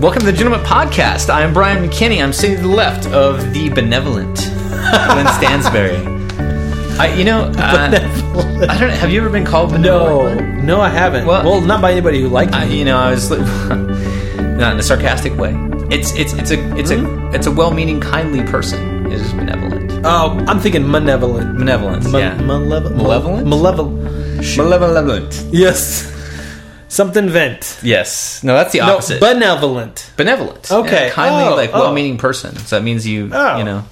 Welcome to the Gentleman Podcast. I am Brian McKinney. I'm sitting to the left of the benevolent Glenn Stansberry. I, you know, uh, I don't. Have you ever been called No, benevolent? Glenn? no, I haven't. Well- Well, not by anybody who liked I, me. you know, I was not in a sarcastic way. It's it's it's a it's Hmm? a it's a well-meaning, kindly person is benevolent. Oh, I'm thinking malevolent. Benevolence. Ma- yeah. malevolent. Malevolent? Malevolent. Malevolent. Yes. Something vent. Yes. No, that's the No, opposite. benevolent. benevolent. Okay. Yeah, kindly, Oh, like oh. well-meaning person. So that means you Oh. you know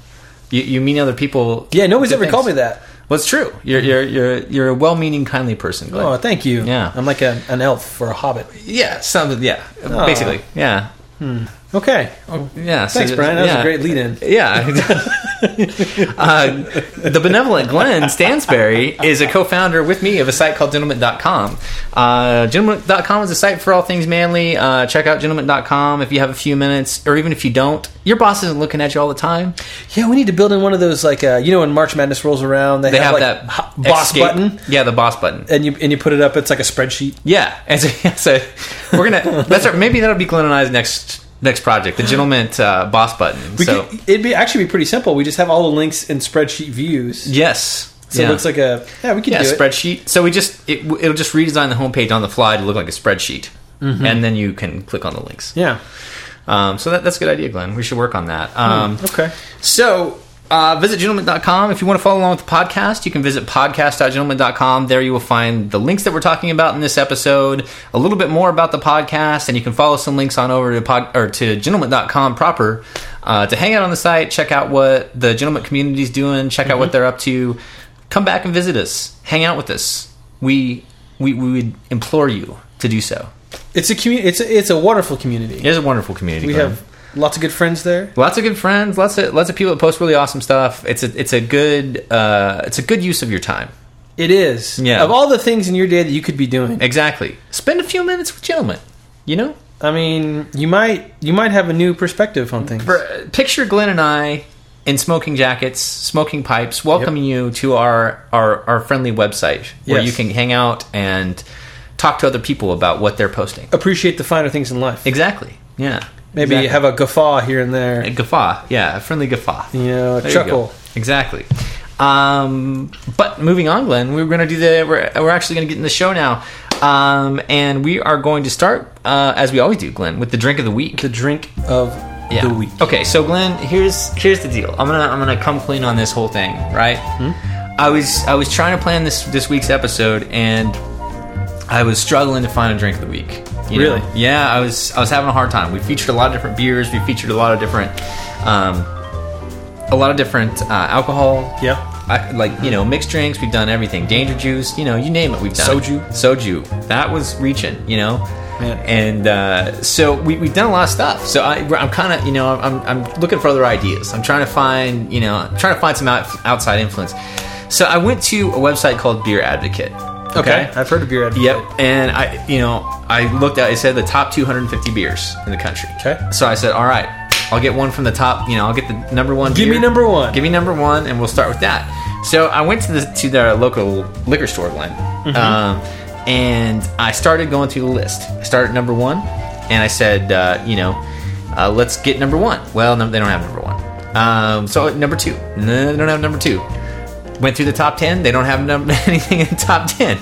you, you mean other people. Yeah, nobody's good ever called me things. that. Well, it's true. You're you're you're you're a well-meaning, kindly person. Glenn. Oh, thank you. Yeah. I'm like a, an elf or a hobbit. yeah, some yeah, Oh. basically, yeah, Okay. yeah. so Thanks, just- Brian. That was yeah. a great lead in. Yeah. uh, the benevolent Glenn Stansberry is a co founder with me of a site called gentleman.com. Uh, gentleman.com is a site for all things manly. Uh, check out gentleman.com if you have a few minutes, or even if you don't. Your boss isn't looking at you all the time. Yeah, we need to build in one of those, like, uh, you know, when March Madness rolls around, they, They have like, that ho- boss escape- button. Yeah, the boss button. And you, and you put it up, it's like a spreadsheet. Yeah, and so, so we're gonna. That's our, maybe that'll be Glenn and I's next next project, the gentleman uh, boss button. We so could- it'd be actually be pretty simple. We just have all the links in spreadsheet views. yes, So yeah. it looks like a yeah. We could yeah do it. spreadsheet. So we just it, it'll just redesign the homepage on the fly to look like a spreadsheet, Mm-hmm. and then you can click on the links. Yeah. Um, so that, that's a good idea, Glenn. We should work on that. Um, Hmm, Okay. So uh, visit gentleman.com. If you want to follow along with the podcast, you can visit podcast.gentleman.com. There you will find the links that we're talking about in this episode, a little bit more about the podcast, and you can follow some links on over to pod, or to gentleman.com proper uh, to hang out on the site, check out what the gentleman community is doing, check out Mm-hmm. what they're up to. Come back and visit us. Hang out with us. We we, we would implore you to do so. It's a community. It's a, it's a wonderful community. It is a wonderful community. we Glenn. have lots of good friends there. lots of good friends lots of lots of people that post really awesome stuff it's a it's a good uh it's a good use of your time It is. Yeah. Of all the things in your day that you could be doing, exactly spend a few minutes with gentlemen you know I mean, you might you might have a new perspective on things. For- uh, picture glenn and i in smoking jackets smoking pipes welcoming you to our our our friendly website where Yes. you can hang out and talk to other people about what they're posting Appreciate the finer things in life. exactly yeah Maybe Exactly. have a guffaw here and there. a guffaw yeah a friendly guffaw you know, a There you go. uh, chuckle. Exactly. Um, but moving on, Glenn, we're going to do the. We're, we're actually going to get in the show now, um, and we are going to start uh, as we always do, Glenn, with the drink of the week. The drink of Yeah. the week. Okay, so Glenn, here's here's the deal. I'm gonna I'm gonna come clean on this whole thing, right? Hmm? I was I was trying to plan this this week's episode, and I was struggling to find a drink of the week. you know? Really? Yeah, I was I was having a hard time. We featured a lot of different beers. We featured a lot of different. Um, a lot of different uh, alcohol Yeah. I, like you know mixed drinks we've done everything danger juice you know you name it we've done it. Soju. soju that was reaching you know Man. and uh, so we, we've done a lot of stuff so I, i'm kind of you know I'm, I'm looking for other ideas i'm trying to find you know I'm trying to find some out, outside influence so i went to a website called beer advocate Okay. I've heard of beer. Advocate. Oh, Yep, and I, you know, I looked at. It said the top 250 beers in the country. Okay. So I said, all right, I'll get one from the top. You know, I'll get the number one. Give me beer. number one. Give me number one, and we'll start with that. So I went to the to the local liquor store, Glenn, Mm-hmm. um, and I started going through the list. I started at number one, and I said, uh, you know, uh, let's get number one. Well, no, they don't have number one. Um, so number two, no, they don't have number two. Went through the top ten. They don't have num- anything in the top ten.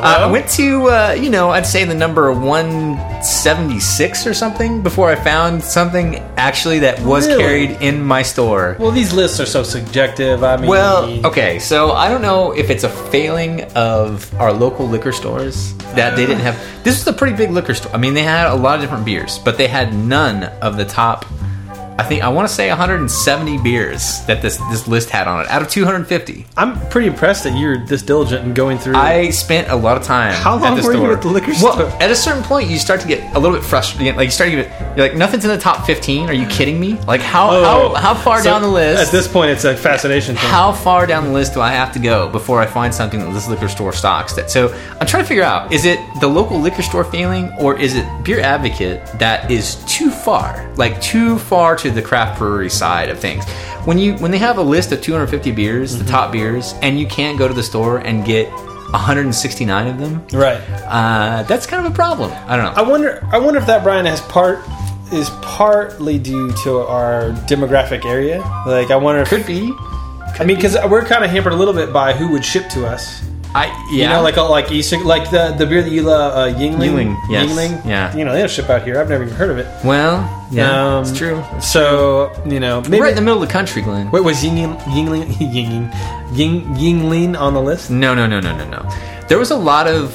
Uh, I well. went to uh, you know I'd say the number one seventy six or something before I found something actually that was Really? carried in my store. Well, these lists are so subjective. I mean, Well, okay, so I don't know if it's a failing of our local liquor stores that they Uh. didn't have. This was a pretty big liquor store. I mean, they had a lot of different beers, but they had none of the top I think I want to say 170 beers that this this list had on it out of 250. I'm pretty impressed that you're this diligent in going through. I spent a lot of time. How long at the were you store. at the liquor Well, store? at a certain point, you start to get a little bit frustrated. Like you start to get, you're like, nothing's in the top 15. Are you kidding me? Like how Oh. how, how far So, down the list? At this point, it's a fascination thing. how far down the list do I have to go before I find something that this liquor store stocks? That so I'm trying to figure out: is it the local liquor store feeling, or is it Beer Advocate that is too far, like too far to the craft brewery side of things? When you when they have a list of 250 beers, Mm-hmm. the top beers, and you can't go to the store and get 169 of them, Right. uh, that's kind of a problem. I don't I know. wonder. I wonder if that Brian has part is partly due to our demographic area. Like, I wonder. If, Could be. I mean, because we're kind of hampered a little bit by who would ship to us. I yeah. You know, like like Easter, like the the beer that you love, uh, Yingling, Yingling. yes. Yingling. Yeah. You know, they don't ship out here. I've never even heard of it. well, yeah, Um, it's true. So you know, maybe We're in the middle of the country, Glenn. Wait, was Yingling Yingling Yingling Ying, Yingling on the list? No, no, no, no, no, no. There was a lot of.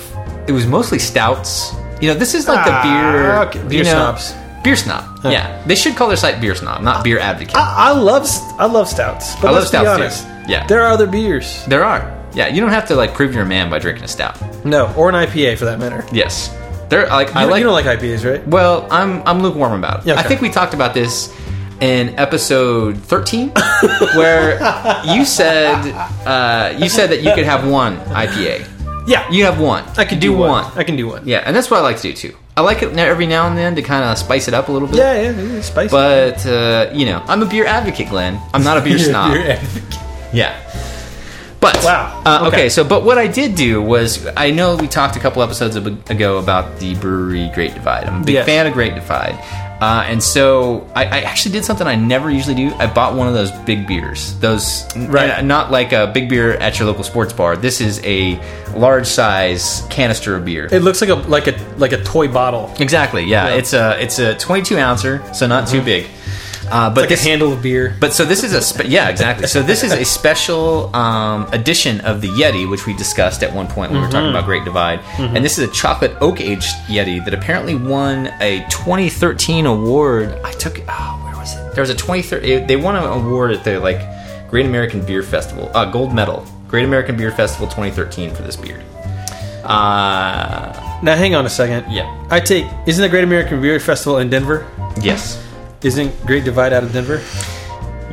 It was mostly stouts. You know, this is like Ah, the beer. okay, beer you know- snobs. Beer snob. Yeah, they should call their site beer snob, not beer advocate. I, I love st- I love stouts. But I love let's stouts, be too. honest. Yeah. There are other beers. there are. Yeah, you don't have to like prove you're a man by drinking a stout. No, or an IPA for that matter. Yes, there. Like I You- like. you don't like IPAs, right? well, I'm I'm lukewarm about it. Yeah, I okay. think we talked about this in episode 13, where you said uh, you said that you could have one IPA. Yeah. You have one. I can do, do one. one. I can do one. Yeah, and that's what I like to do too. I like it now- every now and then to kind of spice it up a little bit. Yeah, yeah, yeah, it's spicy. But uh, you know, I'm a beer advocate, Glenn. I'm not a beer You're- snob. you're- Yeah. But Wow. Uh, okay. Okay. so but what I did do was I know we talked a couple episodes ab- ago about the brewery Great Divide. I'm a big Yes. fan of Great Divide, uh, and so I, I actually did something I never usually do. I bought one of those big beers. Those Right. and not like a big beer at your local sports bar. This is a large size canister of beer. it looks like a like a like a toy bottle. It's Exactly. Yeah, Yeah. Mm-hmm. it's a it's a 22 ouncer, so not too big. Uh, but like this a handle of beer. but so this is a spe- yeah exactly. So this is a special um, edition of the Yeti, which we discussed at one point when we were Mm-hmm. talking about Great Divide, and this is a chocolate oak aged Yeti that apparently won a 2013 award. I took oh where was it? There was a 2013 they won an award at the like Great American Beer Festival, uh, gold medal, Great American Beer Festival 2013 for this beer. Uh, Now hang on a second. Yeah. I take isn't the Great American Beer Festival in Denver? yes, Isn't Great Divide out of Denver?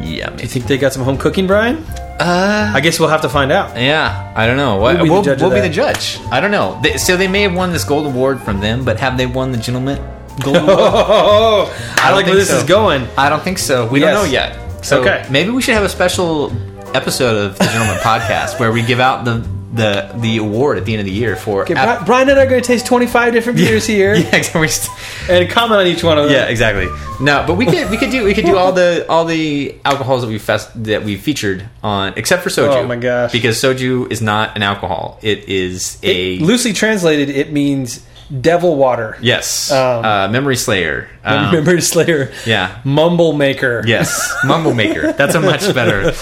yeah. maybe. You think they got some home cooking, Brian? Uh, I guess we'll have to find out. yeah, I don't know. What, We'll be the we'll, judge of we'll be that. the judge. I don't know. They, so they may have won this gold award from them, but have they won the gentleman gold award? Oh, I, don't like where think this so. is going. I don't think so. We Yes. don't know yet. So Okay. maybe we should have a special episode of the Gentleman Podcast where we give out the the the award at the end of the year for. Okay, Bri- Brian and I are going to taste 25 different beers here Yeah, exactly. We st- and comment on each one of them. yeah, exactly. No, but we could we could do we could do all the all the alcohols that we fest that we featured on except for soju. Oh my gosh. Because soju is not an alcohol. It is a Loosely translated, it means devil water. Yes. Um, uh, Memory Slayer. Um, Remember Slayer? Yeah. Mumble maker. Yes. Mumble Maker. That's a much better.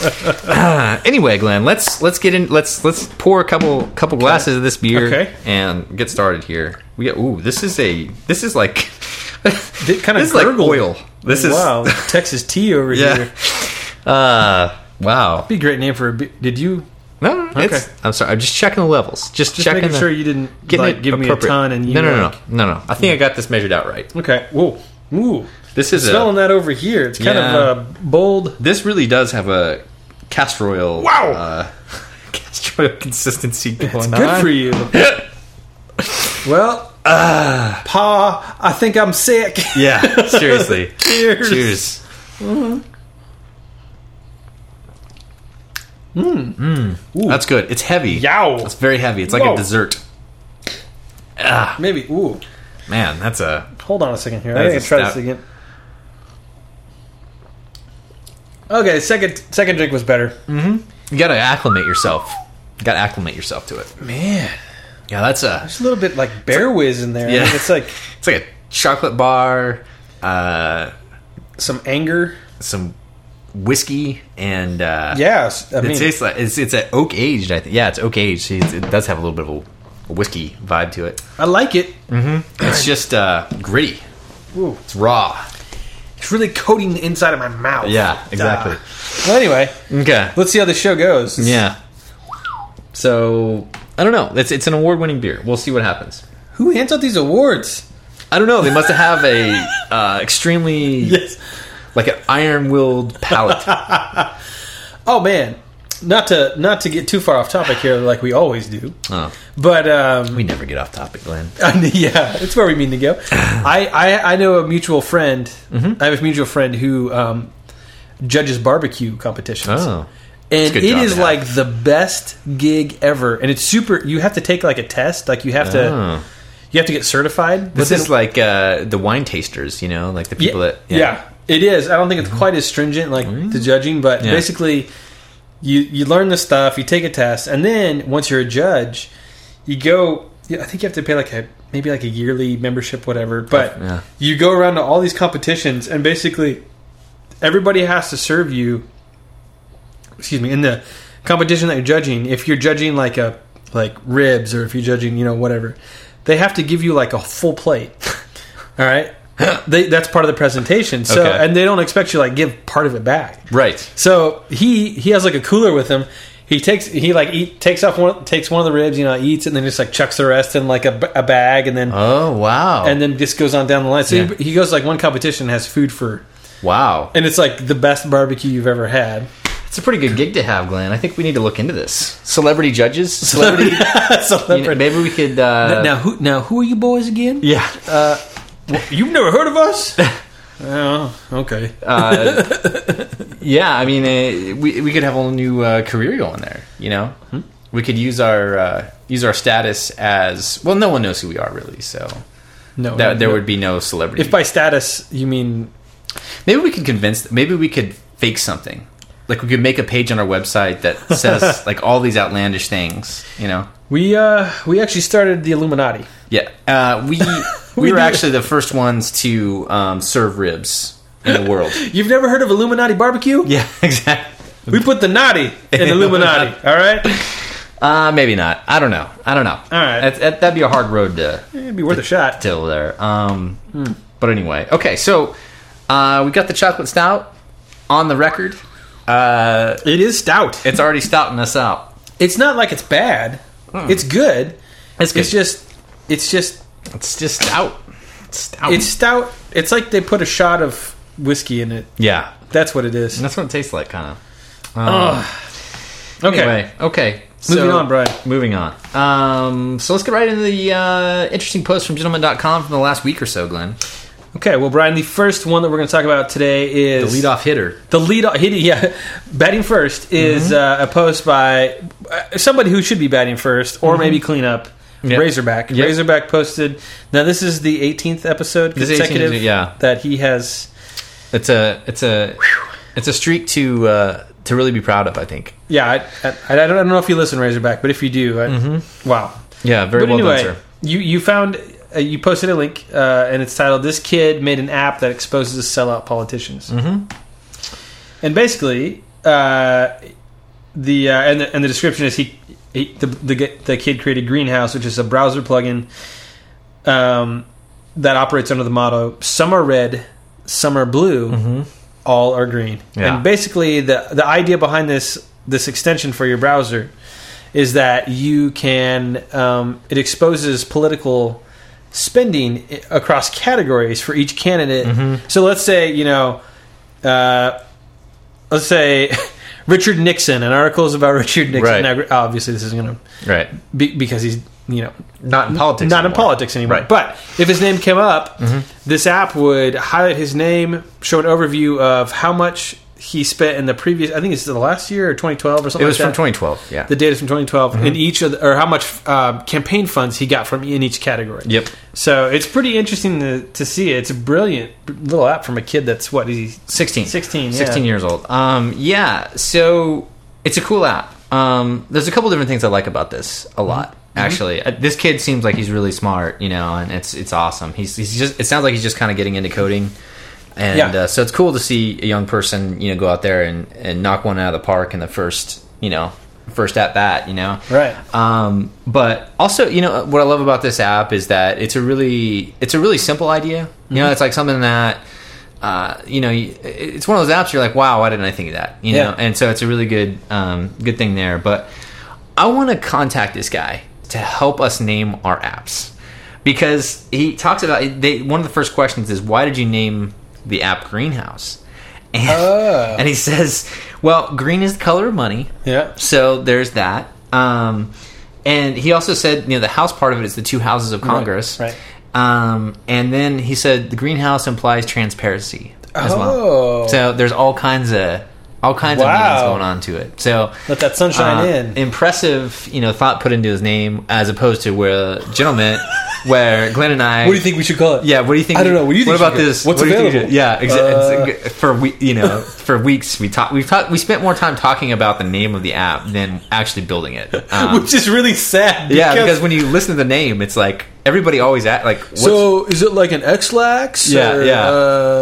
Ah, anyway, Glenn, let's let's get in. Let's let's pour a couple couple glasses of this beer Okay. and get started here. We got ooh, this is a this is like It kind of this is like oil. This is wow, Texas tea over yeah. here. Uh, wow. Be a great name for a. Be- Did you No, no, it's- Okay. I'm sorry. I'm just checking the levels. Just, just checking making the, sure you didn't getting like it give me a appropriate. ton and you no, no, no, like- no, no, no. I think I got this measured out right. Okay. Whoa. Ooh. This is a, Smelling that over here. It's kind Yeah. of uh, bold. This really does have a castor oil. Wow. Uh, castor oil consistency going It's on. good for you. well, Pa, I think I'm sick. Ah. Yeah, seriously. Cheers. Mm-hmm. Cheers. Mm. Ooh. That's good. It's heavy. Yow. It's very heavy. It's like Whoa. a dessert. Maybe. Ooh. Man, that's a. Hold on a second here. That I is gotta a try this stout. again. Okay, second second drink was better. You gotta acclimate yourself. You gotta acclimate yourself to it. Man, Yeah, that's a. it's a little bit like Bear Whiz in there. Yeah. Like, it's like It's like a chocolate bar, uh, some anger. some whiskey, and uh, Yeah, s- I mean, it tastes like it's it's at oak aged. I think. Yeah, it's oak aged. It's- It does have a little bit of a whiskey vibe to it. I like it. It's just uh, gritty. Ooh. It's raw. It's really coating the inside of my mouth. Yeah, exactly. Well, anyway, Okay. let's see how the show goes. Yeah. So I don't know. It's it's an award winning beer. We'll see what happens. Who hands out these awards? I don't know. They must have a uh, extremely like an iron willed palate. Oh man, not to not to get too far off topic here, like we always do, Oh, but um, we never get off topic, Glenn. yeah, it's where we mean to go. I, I I know a mutual friend. Mm-hmm. I have a mutual friend who um, judges barbecue competitions. Oh. And a it good job is to have. like the best gig ever, and it's super. You have to take like a test, like you have Oh. to, you have to get certified. This within- is like uh, the wine tasters, you know, like the people that yeah. it is. I don't think it's quite as stringent like the judging, but Yeah. basically, you you learn the stuff, you take a test, and then once you're a judge, you go. yeah, I think you have to pay like a maybe like a yearly membership, whatever. But Yeah. you go around to all these competitions, and basically, everybody has to serve you. Excuse me, in the competition that you're judging, if you're judging like a like ribs or if you're judging you know whatever, they have to give you like a full plate. All right. They, that's part of the presentation. So, Okay. and they don't expect you to, like give part of it back. right. So he he has like a cooler with him. He takes he like eat, takes off one takes one of the ribs, you know, eats it, and then just like chucks the rest in like a, b- a bag, and then Oh wow! and then just goes on down the line. So Yeah. he, he goes like one competition and has food for, wow, and it's like the best barbecue you've ever had. it's a pretty good gig to have, Glenn. I think we need to look into this. Celebrity judges, celebrity. you know, Celebrity. maybe we could. Uh, now who now who are you boys again? Uh, Yeah. You've never heard of us? oh, okay. uh, Yeah, I mean, uh, we we could have a whole new uh, career going there. You know, Hmm? we could use our uh, use our status as well. No one knows who we are really, so no, that, there no. would be no celebrity. If by status you mean maybe we could convince. Maybe we could fake something. Like we could make a page on our website that says like all these outlandish things. You know. We uh we actually started the Illuminati. Yeah, uh, we we, We were did. actually the first ones to um, serve ribs in the world. You've never heard of Illuminati barbecue? yeah, exactly. We put the naughty in Illuminati. All right, Uh, maybe not. I don't know. I don't know. All right. that, that, that'd be a hard road to it'd be worth a shot. till there. Um, Hmm. But anyway, okay. So uh, we got the chocolate stout on the record. Uh, It is stout. it's already stouting us out. It's not like it's bad. It's Hmm. good. It's It's just it's just it's just stout. It's stout. it's stout. It's like they put a shot of whiskey in it. yeah. That's what it is. That's what it tastes like, kind of. Okay. Anyway, okay. Moving so- on, Brian. Moving on. Um, so let's get right into the uh, interesting post from gentleman.com from the last week or so, Glenn. Okay. Well, Brian, the first one that we're going to talk about today The is leadoff hitter. The lead, hit, yeah, batting first is Mm-hmm. uh, a post by uh, somebody who should be batting first, or maybe cleanup. Mm-hmm. Yep. Razorback, Yep. Razorback posted. Now this is the 18th episode This is 18th, consecutive yeah. that he has. It's a it's a it's a streak to uh, to really be proud of, I think. Yeah, I, I, I don't, I don't know if you listen Razorback, but if you do, I, Mm-hmm. wow. Yeah, very but well anyway, done, sir. you you found uh, you posted a link, uh, and it's titled "This Kid Made an App That Exposes Sellout Politicians." Mm-hmm. And basically, uh, the uh, and the, and the description is he, he the, the g- the kid created Greenhouse, which is a browser plugin um, that operates under the motto "Some are red, some are blue, all are green." Mm-hmm. Yeah. And basically, the the idea behind this this extension for your browser is that you can um, it exposes political spending i- across categories for each candidate. Mm-hmm. So let's say you know, uh, let's say Richard Nixon. An article is about Richard Right. Nixon. Now, obviously, this is going to Right. be, because he's you know Not in politics. not in anymore. politics anymore. Right. Mm-hmm. But if his name came up, this app would highlight his name, show an overview of how much he spent in the previous. I think it's the last year or 2012 or something. It was like from that. 2012. Yeah. Mm-hmm. The data from 2012 in each of the, or how much uh, campaign funds he got from in each category. Yep. So it's pretty interesting to, to see. It's a brilliant little app from a kid that's what he's 16 16, yeah. 16 years old um, yeah so it's a cool app um, there's a couple different things i like about this Mm-hmm. a lot actually Uh, this kid seems like he's really smart you know and it's it's awesome he's, he's just it sounds like he's just kind of getting into coding and Yeah. uh, so it's cool to see a young person you know go out there and, and knock one out of the park in the first you know first at bat you know Right. um, but also you know what i love Mm-hmm. about this app is that it's a really it's a really simple idea you know it's like something that uh, you know, you- it's one of those apps you're like, wow, why didn't I think of that? You know, Yeah. and so it's a really good, um, good thing there. But I want to contact this guy to help us name our apps because he talks about they, one of the first questions is why did you name the app Greenhouse? And, Oh. and he says, well, green is the color of money. Yeah. So there's that. Um, and he also said, you know, the house part of it is the two houses of Congress. right. Um, and then he said the greenhouse implies transparency as Oh. well. So there's all kinds of all kinds of meanings Wow. going on to it. So Let that sunshine uh, in. Impressive, you know, thought put into his name as opposed to where gentleman, where Glenn and I. What do you think we should call it? Yeah, what do you think? I don't know. What do you think about should go? this? What's What do you think available? should- yeah, Uh, exactly. for we, you know, for weeks we talked. We've talked. We spent more time talking about the name of the app than actually building it. Um, Which is really sad. yeah, because when you listen to the name, it's like everybody always at like. What's, so is it like an X-Lax? Yeah, or, yeah.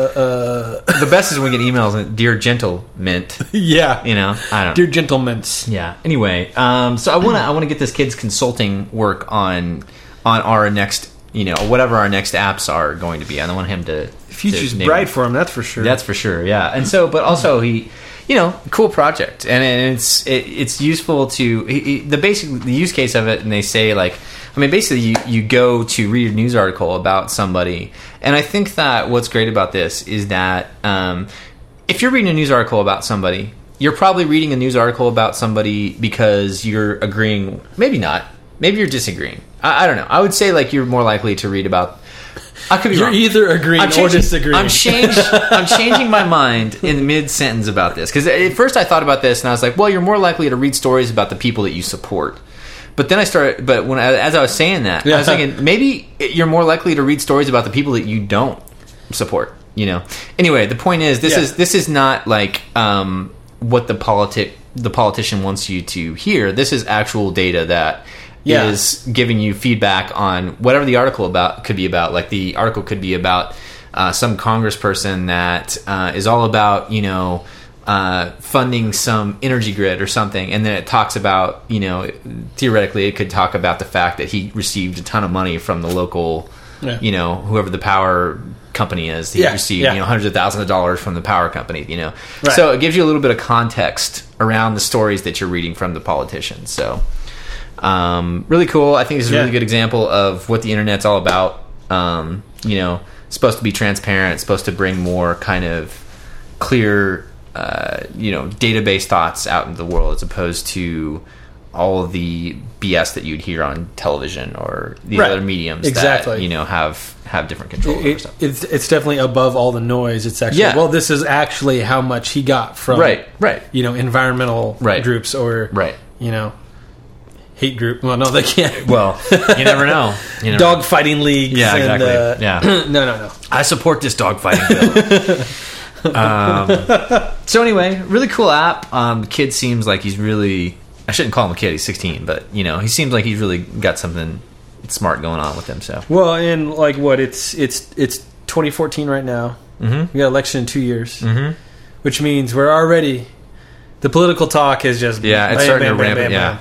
Uh, uh, the best is when we get emails and dear gentle mint. yeah. You know, I don't. Dear gentlemen. Yeah. Anyway, um, so I want to I want to get this kid's consulting work on on our next you know whatever our next apps are going to be. I don't want him to Future's to name bright them. for him, that's for sure. That's for sure. Yeah. And so, but also he. You know, cool project, and and it's it, it's useful to he- he- the basic the use case of it. And they say like, I mean, basically you, you go to read a news article about somebody, and I think that what's great about this is that um, if you're reading a news article about somebody, you're probably reading a news article about somebody because you're agreeing. Maybe not. Maybe you're disagreeing. I, I don't know. I would say like you're more likely to read about. I could be You're wrong. either agreeing I'm or changing- disagreeing. I'm changed. I'm changing my mind in mid sentence about this because at first I thought about this and I was like, well, you're more likely to read stories about the people that you support. But then I started. But when I, as I was saying that, I was Yeah. thinking maybe you're more likely to read stories about the people that you don't support. You know. Anyway, the point is this Yeah. is this is not like um, what the politic the politician wants you to hear. This is actual data that Yeah. is giving you feedback on whatever the article about could be about. Like the article could be about uh, some congressperson that uh, is all about you know uh, funding some energy grid or something, and then it talks about you know theoretically it could talk about the fact that he received a ton of money from the local Yeah. you know whoever the power company is he Yeah, received yeah. you know hundreds of thousands of dollars from the power company you know Right. so it gives you a little bit of context around the stories that you're reading from the politicians so um, really cool. I think this is a Yeah. really good example of what the internet's all about. Um, you know, it's supposed to be transparent, it's supposed to bring more kind of clear, uh, you know, database thoughts out into the world as opposed to all of the BS that you'd hear on television or the Right. other mediums that Exactly. you know have have different control over It, stuff. it's, it's definitely above all the noise. It's actually Yeah. well, this is actually how much he got from Right, right. You know, environmental Right. groups or Right. You know, hate group. Well, no, they can't. Well, you never know. You never Dog fighting leagues. Yeah, and, exactly. uh, Yeah. no, no, no. I support this dogfighting bill. um, so anyway, really cool app. Um, the kid seems like he's really. I shouldn't call him a kid. He's 16, but you know he seems like he's really got something smart going on with him. So Well, and like what it's it's it's 2014 right now. Mm-hmm. We got election in two years, mm-hmm. which means we're already the political talk is just yeah, it's bam, starting bam, to bam, ramp. bam, yeah, bam.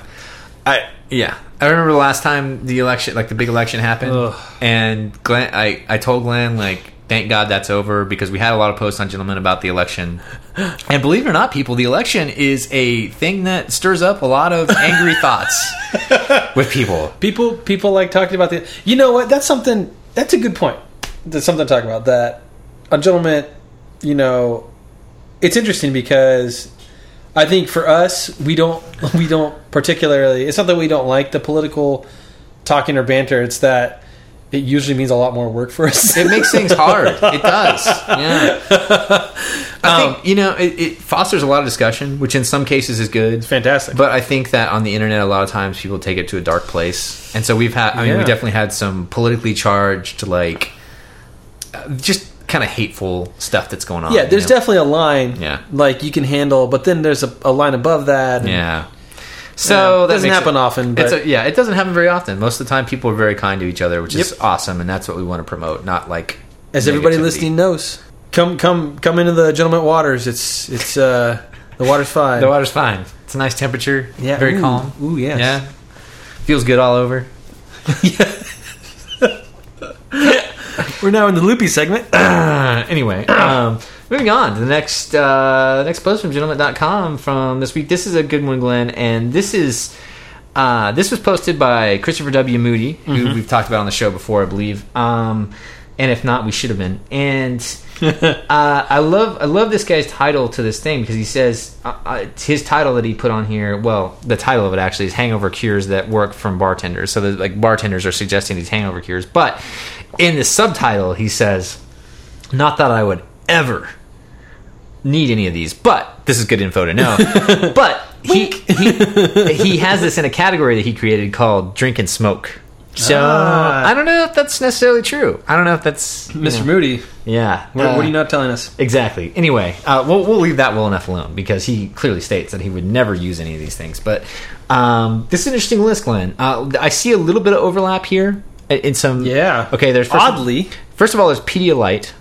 I yeah. I remember the last time the election, like the big election happened, Ugh. and Glenn, I I told Glenn like. Thank God that's over because we had a lot of posts on Gentlemen about the election. And believe it or not, people, the election is a thing that stirs up a lot of angry thoughts with people. People people like talking about the. You know what? That's something. That's a good point. That's something to talk about. That a gentleman, you know, it's interesting because I think for us, we don't we don't particularly. It's not that we don't like the political talking or banter. It's that it usually means a lot more work for us. It makes things hard. It does. Yeah. I Um, think you know it, it fosters a lot of discussion, which in some cases is good. fantastic. But I think that on the internet, a lot of times people take it to a dark place, and so we've had. I mean, we Yeah. definitely had some politically charged, like, uh, just kind of hateful stuff that's going on. Yeah, there's you know? definitely a line. Yeah. like you can handle, but then there's a, a line above that. and- yeah. So Yeah, that doesn't makes happen it- often, it's but- a, yeah, it doesn't happen very often. Most of the time, people are very kind to each other, which is awesome, and that's what we want to promote. Not like as everybody negativity. listening knows, come come come into the gentleman waters. It's it's uh the water's fine. The water's fine. It's a nice temperature. Yeah, very ooh, calm. Ooh, yes. Yeah, feels good all over. We're now in the loopy segment. anyway, um, moving on to the next uh, next post from gentleman.com from this week. This is a good one, Glenn, and this is uh, this was posted by Christopher W. Moody, who we've talked about on the show before, I believe. Um, and if not, we should have been. And uh, I love I love this guy's title to this thing because he says uh, uh, it's his title that he put on here. Well, the title of it actually is "Hangover Cures That Work from Bartenders." So, that, like bartenders are suggesting these hangover cures, but in the subtitle he says, "Not that I would ever need any of these, but this is good info to know." but he, he he has this in a category that he created called "Drink and Smoke." So Ah. I don't know if that's necessarily true. I don't know if that's you Mr. know, Moody, yeah. what, what Uh, are you not telling us? Exactly. Anyway, uh, we'll, we'll leave that well enough alone because he clearly states that he would never use any of these things. But um, this is an interesting list, Glenn. Uh, I see a little bit of overlap here in- in some. Yeah. Okay. There's first Oddly, First of all, there's Pedialyte.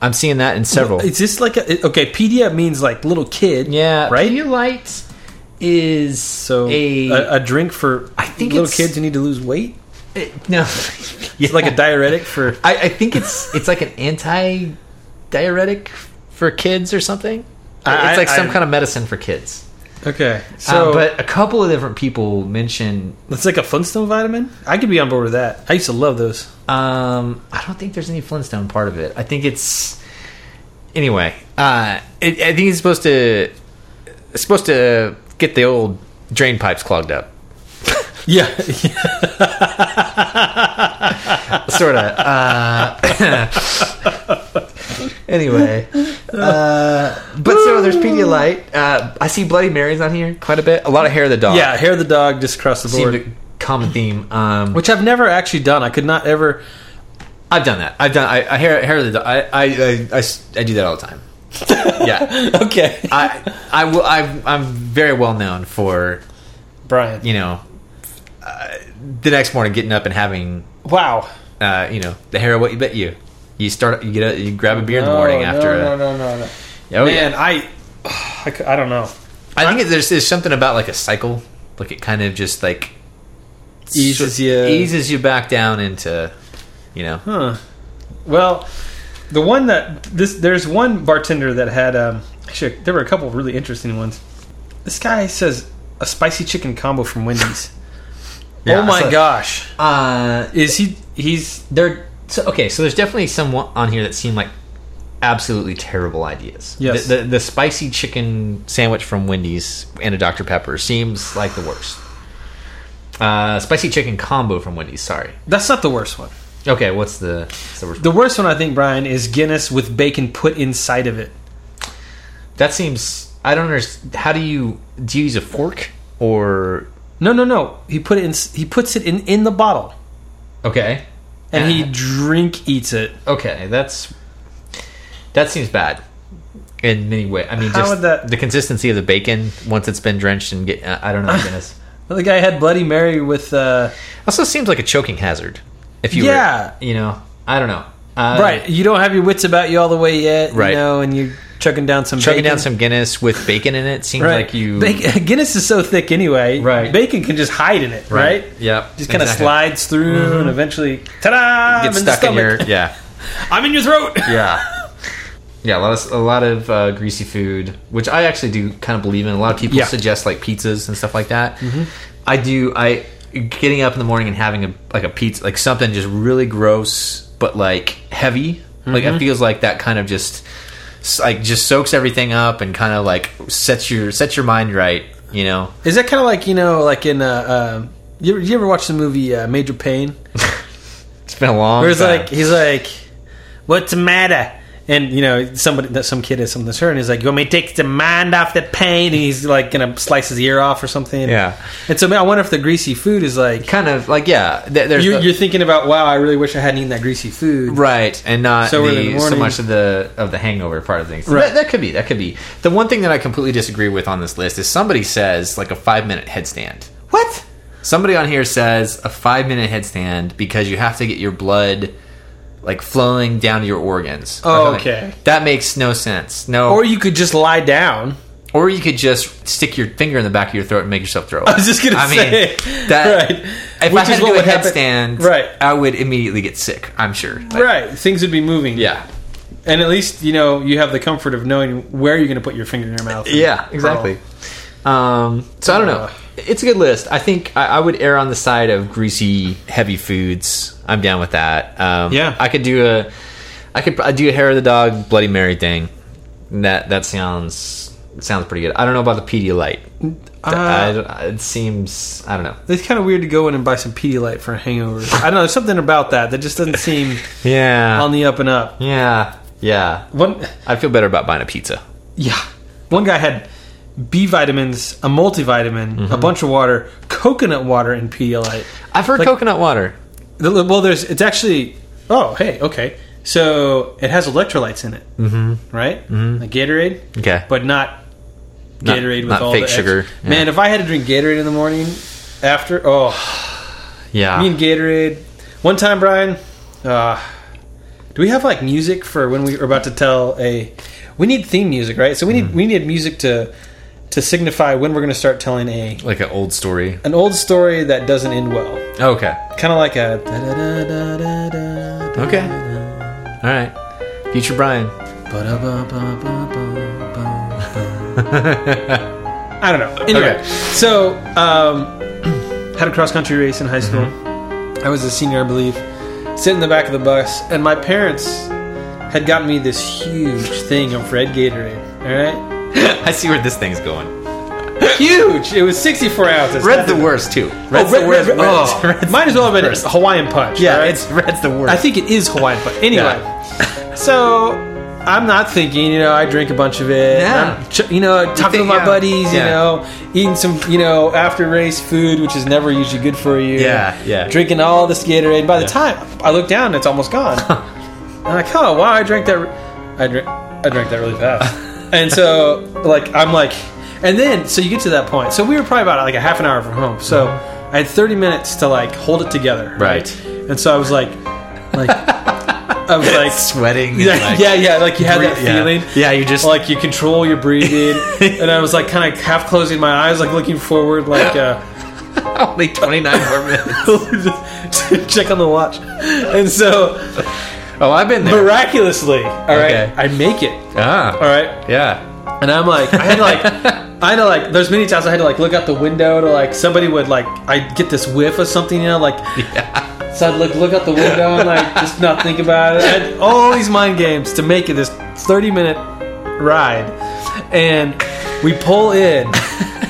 I'm seeing that in several. is this like a it- okay? Pedia means like little kid. yeah. right. Pedialyte is so a, a, a, drink for I think little it's- kids who need to lose weight. no. It's like a diuretic for I, I think it's it's like an anti diuretic for kids or something. I- it's like I- some I- kind of medicine for kids. okay. So, So Uh, but a couple of different people mentioned. it's like a Flintstone vitamin. I could be on board with that. I used to love those. Um, I don't think there's any Flintstone part of it. I think it's anyway. Uh, it, I think it's supposed to it's supposed to get the old drain pipes clogged up, Yeah, sort of. uh, anyway, uh, but so there's Pedialyte. Uh, I see Bloody Marys on here quite a bit. A lot of hair of the dog. yeah. Hair of the dog just across the board, seemed a common theme. Um, which I've never actually done. I could not ever. I've done that. I've done. I, I hair, hair of the dog. I, I, I- I s- I do that all the time. Yeah, Okay, I, I will. I've, I'm very well known for Brian. you know, uh, the next morning getting up and having Wow. uh, you know the hair of what you bet you. You start. You get. A, you grab a beer in the morning after. No, a, no, no, no. Oh, yeah. Man, I, I, c- I don't know. I think it, there's, there's something about like a cycle. Like it kind of just like Eases you. eases you back down into, you know. Huh. Well, the one that this there's one bartender that had um actually there were a couple of really interesting ones. This guy says a spicy chicken combo from Wendy's. Yeah, oh my so- gosh. Uh, Is he he's there so okay so there's definitely some on here that seem like absolutely terrible ideas Yes. the, the, the spicy chicken sandwich from wendy's and a dr pepper seems like the worst uh spicy chicken combo from wendy's sorry that's not the worst one. okay what's the, what's the worst The worst one I think Brian is Guinness with bacon put inside of it. that seems i don't understand how do you do you use a fork or No, no, no. He put it in he puts it in in the bottle okay and Ah. he drink eats it. okay that's that seems bad in many ways i mean How just would that- the consistency of the bacon once it's been drenched and get i don't know goodness The guy had Bloody Mary with uh Also seems like a choking hazard. If you Yeah. were, you know, I don't know. Uh, right. You don't have your wits about you all the way yet, Right. you know, and you're chugging down some Chugging bacon. down some Guinness with bacon in it seems like you Bacon, Guinness is so thick anyway. Right. Bacon can just hide in it, right? Yeah. Just kind of exactly. slides through and eventually, ta-da! Gets I'm in the stuck in your stomach. yeah. I'm in your throat. Yeah. Yeah, a lot of a lot of uh, greasy food, which I actually do kind of believe in. A lot of people Yeah. suggest like pizzas and stuff like that. I do. I getting up in the morning and having a like a pizza, like something just really gross but like heavy. Like it feels like that kind of just s- like just soaks everything up and kind of like sets your sets your mind right. You know, Is that kind of like you know, like in uh, uh, you, ever- you ever watch the movie uh, Major Pain? it's been a long. Where he's time. like, he's like, what's the matter? And you know, somebody, that some kid has something to her, and he's like, "You want me to take the mind off the pain?" And he's like, gonna slice his ear off or something. Yeah. And so, man, I wonder if the greasy food is like kind of like yeah. Th- there's you're, the- you're thinking about, "Wow, I really wish I hadn't eaten that greasy food." right and not So early in the, the so morning. much of the of the hangover part of things Right. that, that could be that could be the one thing that i completely disagree with on this list is somebody says like a five minute headstand What? somebody on here says a five minute headstand because you have to get your blood like flowing down to your organs Or Oh, something. okay. that makes no sense no Or you could just lie down. Or you could just stick your finger in the back of your throat and make yourself throw up. I was just gonna say. that Right. if I Which is had to what do a would happen- headstand, Right. I would immediately get sick. I'm sure. Like, right. Things would be moving. Yeah. And at least you know you have the comfort of knowing where you're going to put your finger in your mouth. Yeah. Exactly. Um, so I don't know. Oh. Uh. It's a good list. I think I, I would err on the side of greasy, heavy foods. I'm down with that. Um, Yeah. I could do a, I could I do a hair of the dog Bloody Mary thing. That that sounds sounds pretty good. I don't know about the Pedialyte. I- it seems I don't know. Uh, It's kind of weird to go in and buy some Pedialyte for a hangover. I don't know. There's something about that that just doesn't seem Yeah. on the up and up. Um, yeah. Yeah. One, I feel better about buying a pizza. yeah. One guy had B vitamins, a multivitamin, Mm-hmm. a bunch of water, coconut water, and Pedialyte. I've heard Like- coconut water. The- Well, there's. It's actually. Oh, hey, okay. So it has electrolytes in it, mm-hmm. right? Mm-hmm. Like Gatorade. Okay. but not Not- Gatorade with not all fake the ex- sugar. Yeah. Man, if I had to drink Gatorade in the morning after, oh, yeah. me and Gatorade. One time, Brian, uh, do we have like music for when we are about to tell a? We need theme music, right? So we need we need music to to signify when we're going to start telling a like an old story. an old story that doesn't end well. Okay. Kind of like a. da-da-da-da-da-da, Okay. All right. Future Brian. I don't know. Anyway, Okay. so um, had a cross country race in high school. I was a senior, I believe. Sitting in the back of the bus, and my parents had gotten me this huge thing of red Gatorade. All I see where this thing's going. right, huge. It was 64 ounces. Red's the worst too. Red's Oh, red, the red, worst. red, Red's- oh. Red's- Might as well have been worst. Hawaiian punch. yeah, all right? it's Red's the worst. I think it is Hawaiian punch. Anyway, so I'm not thinking. You know, I drink a bunch of it. Yeah. I'm ch- you know, talking think- to my yeah. buddies. You Yeah. know, eating some. You know, after race food, which is never usually good for you. Yeah, yeah. Drinking all this Gatorade. By the time I look down, it's almost gone. I'm like, oh wow, I drank that. re- I drank. I drank that really fast. and so, like, I'm like, and then so you get to that point. So we were probably about like a half an hour from home. So I had 30 minutes to like hold it together. Mm-hmm. Right. And so I was like, like, I was like, sweating. yeah, yeah, yeah, like you had that yeah. feeling. Yeah, you just- like you control your breathing, and I was like kind of half closing my eyes, like looking forward, like uh, Only 29 more minutes. to check on the watch. And so Oh, I've been there. miraculously, all right, Okay. I make it. Ah. All right, Yeah. and I'm like, I had to like, I had to like. There's many times I had to like look out the window to like somebody would like I would get this whiff of something, you know, like. So I'd look look out the window and like just not think about it. I had all these mind games to make it this 30 minute ride, and we pull in.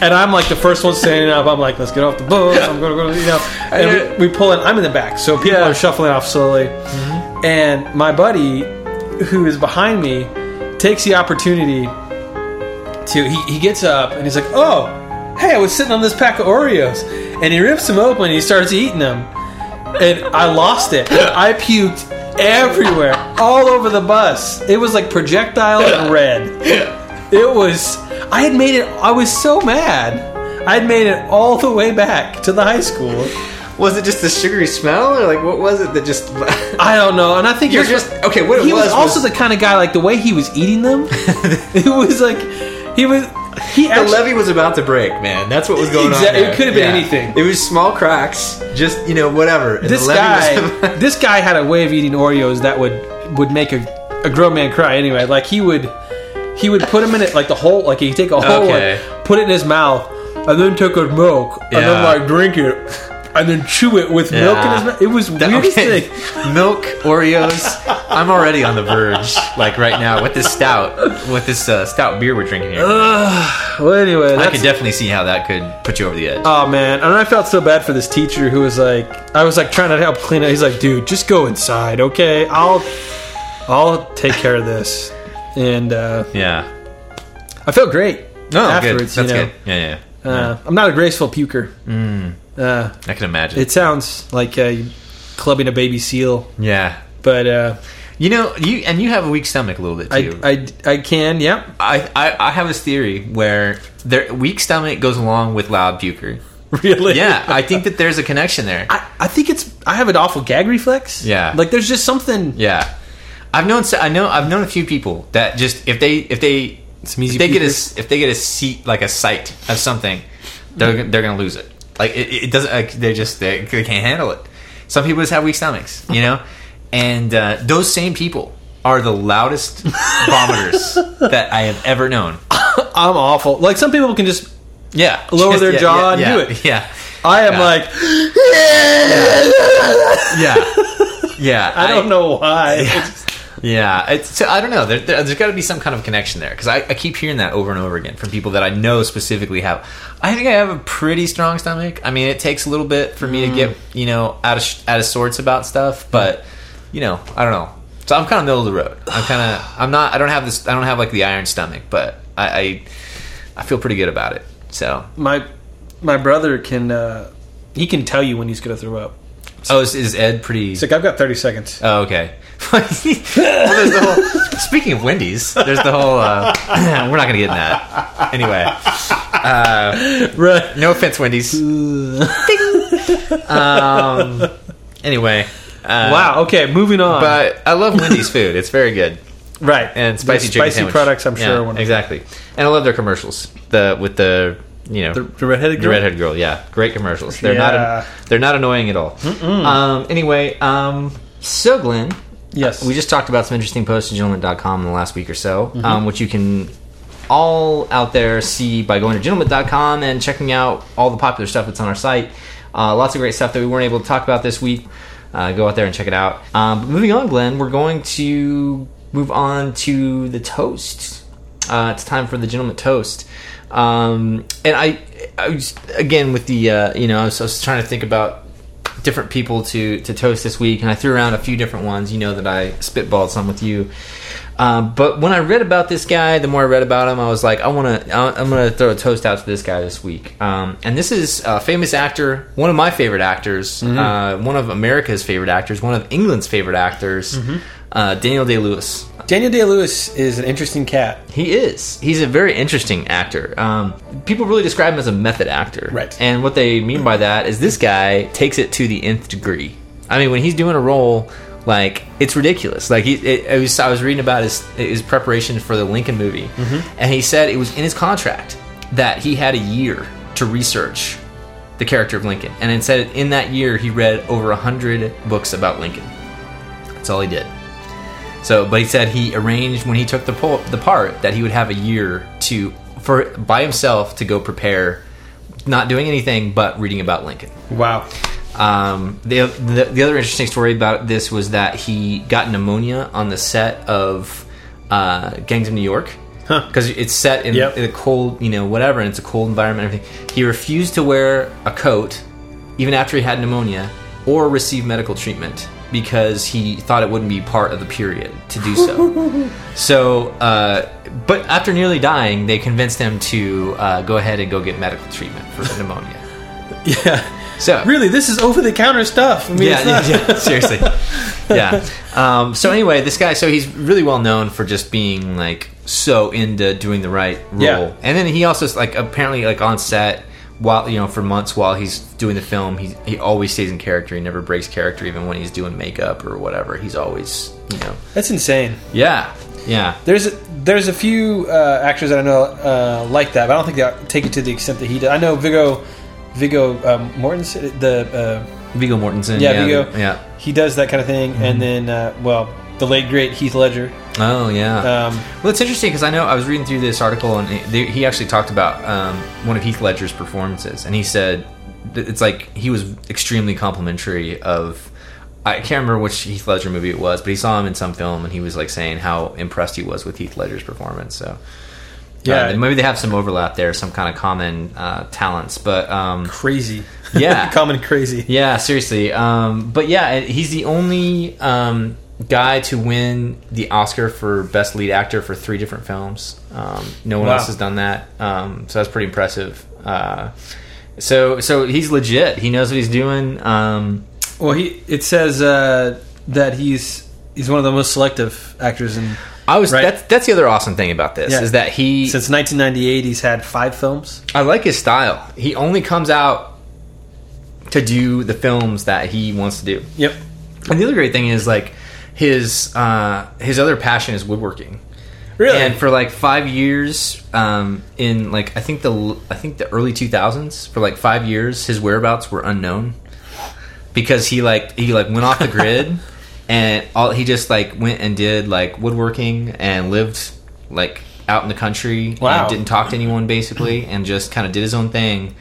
And I'm like the first one standing up. I'm like, let's get off the bus. I'm gonna go, you know. And we, we pull in. I'm in the back, so people Yeah. are shuffling off slowly. And my buddy, who is behind me, takes the opportunity to he, he gets up and he's like oh hey i was sitting on this pack of oreos and he rips them open and he starts eating them and i lost it i puked everywhere all over the bus it was like projectile and red it was i had made it i was so mad i had made it all the way back to the high school Was it just the sugary smell, or like what was it that just? i don't know and i think You're it was- just okay. What it he was, also was the kind of guy like the way he was eating them it was like he was he the actually, levee was about to break, man. That's what was going on. Exact- it there. could have been anything. It was small cracks, just you know, whatever. And this the levee was guy this guy had a way of eating Oreos that would would make a, a grown man cry anyway. Like he would he would put them in it like the whole like he'd take a whole Okay. one, put it in his mouth, and then take a milk and then Yeah. like drink it and then chew it with milk in Yeah. his mouth. It was That- weirdest okay. thing. Milk, Oreos. I'm already on the verge, like right now with this stout, with this uh, stout beer we're drinking here. Well anyway, I Oh, that's, could definitely see how that could put you over the edge. Oh man, and I felt so bad for this teacher who was like, I was like trying to help clean it. He's like, dude, just go inside, okay? I'll, I'll take care of this. And uh, yeah. I felt great. No, afterwards, Oh, good. That's you know. good. Yeah, yeah. yeah. Mm. Uh, I'm not a graceful puker. Uh, I can imagine. it sounds like uh, clubbing a baby seal, yeah. but uh, You know, you and you have a weak stomach a little bit too. I, I I can. Yep. I, I, I have this theory where their weak stomach goes along with loud puker. Really? Yeah, I think that there's a connection there. I, I think it's I have an awful gag reflex. Yeah. Like there's just something. Yeah, I've known s- I know I've known a few people that just if they if they Some easy If they get a peekers. s- if they get a seat like a sight of something, they're they're gonna lose it. Like it, it doesn't. Like they just they, they can't handle it. Some people just have weak stomachs, you know. And uh, those same people are the loudest vomiters that I have ever known. I'm awful. Like some people can just. Yeah, Lower Just- their yeah, jaw and yeah, do yeah, it. Yeah, I am Yeah. like yeah, yeah. I don't know why. It's- Yeah, it's, so I don't know. There, there, has got to be some kind of connection there because I, I keep hearing that over and over again from people that I know specifically have. I think I have a pretty strong stomach. I mean, it takes a little bit for me to get you know out of sh- out of sorts about stuff, but you know, I don't know. So I'm kind of middle of the road. I'm kind of I'm not. I don't have this. I don't have like the iron stomach, but I I, I feel pretty good about it. So my my brother can uh, he can tell you when he's gonna throw up. oh, is, is Ed pretty? It's like I've got 30 seconds. Oh, okay. well, there's the whole. Speaking of Wendy's, there's the whole. Uh, we're not going to get in that. Anyway, Right. no offense, Wendy's. Um, Ding. um, anyway, uh, Wow. Okay. Moving on. But I love Wendy's food. It's very good right. and The spicy. chicken spicy sandwich. products. I'm sure. Yeah, are one of- exactly. And I love their commercials. The with the you know the, the redheaded girl? redhead girl. Yeah, great commercials. They're Yeah. not they're not annoying at all. Um, anyway, um, so Glenn, Yes. we just talked about some interesting posts on gentleman.com in the last week or so, um, which you can all out there see by going to gentleman.com and checking out all the popular stuff that's on our site. Uh, lots of great stuff that we weren't able to talk about this week. Uh, go out there and check it out. Um, but moving on, Glenn, we're going to move on to the toast. Uh, it's time for the gentleman toast. Um, and I, I was, again with the uh, you know I was, I was trying to think about different people to to toast this week, and I threw around a few different ones. You know that I spitballed some with you. Um, but when I read about this guy, the more I read about him, I was like, I want to, I'm going to throw a toast out to this guy this week. Um, and this is a famous actor, one of my favorite actors, uh, one of America's favorite actors, one of England's favorite actors, uh, Daniel Day Lewis. Daniel Day Lewis is an interesting cat. He is. He's a very interesting actor. Um, people really describe him as a method actor. Right. And what they mean by that is this guy takes it to the nth degree. I mean, when he's doing a role, like it's ridiculous. Like he, it, it was, I was reading about his his preparation for the Lincoln movie, and he said it was in his contract that he had a year to research the character of Lincoln, and it said in that year he read over a hundred books about Lincoln. That's all he did. So, but he said he arranged when he took the po- the part that he would have a year to for by himself to go prepare, not doing anything but reading about Lincoln. Wow. Um, the, the the other interesting story about this was that he got pneumonia on the set of uh, Gangs of New York because it's set in, Yep. in a cold, you know, whatever, and it's a cold environment. and Everything. He refused to wear a coat even after he had pneumonia or receive medical treatment because he thought it wouldn't be part of the period to do so. so, uh, but after nearly dying, they convinced him to uh, go ahead and go get medical treatment for pneumonia. Yeah. So Really, this is over the counter stuff. I mean, it's yeah, not- yeah, yeah, seriously. Yeah. Um, so anyway, this guy, so he's really well known for just being like so into doing the right role, Yeah. and then he also is, like apparently like on set while you know for months while he's doing the film, he he always stays in character. He never breaks character, even when he's doing makeup or whatever. He's always you know. That's insane. Yeah. Yeah. There's a, there's a few uh, actors that I know uh, like that, but I don't think they take it to the extent that he does. I know Vigo Vigo um, Mortensen, the uh, Viggo Mortensen. yeah, Vigo, Yeah. he does that kind of thing, and then uh, well, the late great Heath Ledger. Oh yeah. Um, Well, it's interesting because I know I was reading through this article and he- they- he actually talked about um, one of Heath Ledger's performances, and he said th- it's like he was extremely complimentary of. I can't remember which Heath Ledger movie it was, but he saw him in some film and he was like saying how impressed he was with Heath Ledger's performance. So, Yeah. Uh, maybe they have some overlap there, some kind of common uh, talents. But um, crazy, Yeah. common crazy. yeah, seriously. Um, but yeah, he's the only um, guy to win the Oscar for Best Lead Actor for three different films. Um, no one Wow. else has done that, um, so that's pretty impressive. Uh, so, so he's legit. He knows what he's doing. Um, Well, he it says uh, that he's he's one of the most selective actors in I was Right. that's that's the other awesome thing about this Yeah. is that he since 1998. He's had five films. I like his style. He only comes out to do the films that he wants to do. Yep. And the other great thing is like his uh, his other passion is woodworking. Really? And for like five years, um, in like I think the I think the early two thousands, for like five years, his whereabouts were unknown because he like he like went off the grid and all he just like went and did like woodworking and lived like out in the country Wow. and didn't talk to anyone basically and just kind of did his own thing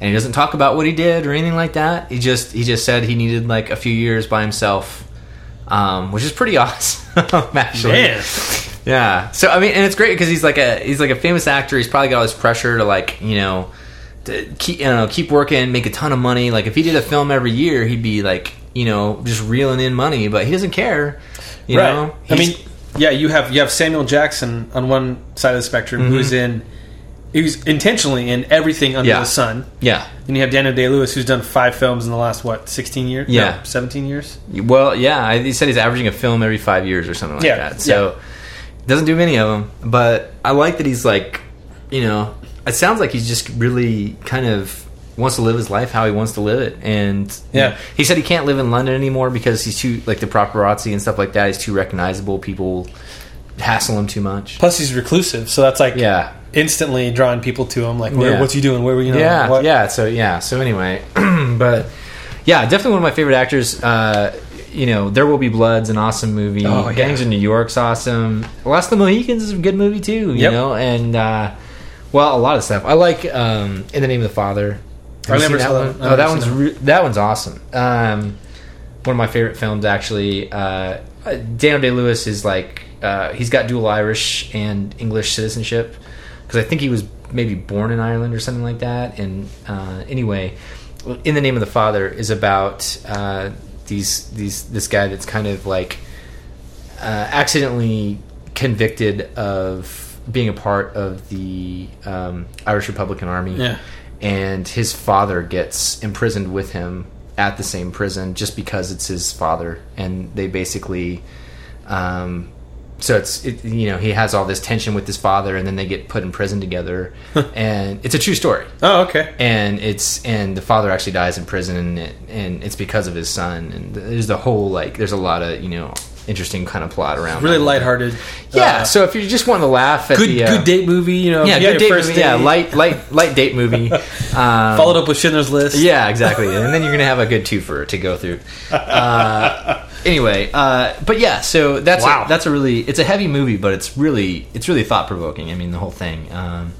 and he doesn't talk about what he did or anything like that he just he just said he needed like a few years by himself um, which is pretty awesome actually Man. yeah. So I mean, and it's great because he's like a he's like a famous actor. He's probably got all this pressure to like you know to keep you know keep working, make a ton of money. Like if he did a film every year, he'd be like you know just reeling in money, but he doesn't care. You right. know. I He's- mean, yeah, you have you have Samuel Jackson on one side of the spectrum, Mm-hmm. who's in, who's intentionally in everything under Yeah. the sun. yeah. Then you have Daniel Day Lewis, who's done five films in the last what, sixteen years? No, Yeah. seventeen years. Well, yeah. I- He said he's averaging a film every five years or something like Yeah, that. So doesn't do many of them. But I like that he's like you know it sounds like he's just really kind of wants to live his life how he wants to live it and you Yeah. know, he said he can't live in london anymore because he's too like the paparazzi and stuff like that he's too recognizable people hassle him too much Plus, he's reclusive, so that's like yeah instantly drawing people to him. Like, where, Yeah. what's he doing? Where were you? know, yeah what- yeah so yeah so anyway but yeah definitely one of my favorite actors uh you know there will be blood's an awesome movie Oh, yeah. gangs of new york's awesome last of the mohicans is a good movie too you Yep. know and uh well a lot of stuff i like um in the name of the father Have I you never seen saw that that one. one? I've oh that never one's seen re- that one's awesome um one of my favorite films actually uh daniel day lewis is like uh he's got dual irish and english citizenship because i think he was maybe born in ireland or something like that and uh anyway in the name of the father is about uh these these this guy that's kind of like uh, accidentally convicted of being a part of the um, Irish Republican Army. Yeah. And his father gets imprisoned with him at the same prison just because it's his father. And they basically. Um, so it's it, you know he has all this tension with his father, and then they get put in prison together, and it's a true story Oh, okay. and it's and the father actually dies in prison and it, and it's because of his son and there's the whole like there's a lot of you know interesting kind of plot around Really that. lighthearted. yeah Uh, so if you just want to laugh at good the uh, good date movie. You know, yeah you got good your date first movie, yeah date, light light light date movie um, Followed up with Schindler's List. yeah, exactly. And then you're gonna have a good twofer to go through. Uh, anyway, uh, but yeah, so that's Wow. a, that's a really it's a heavy movie, but it's really it's really thought provoking. I mean, the whole thing. Um,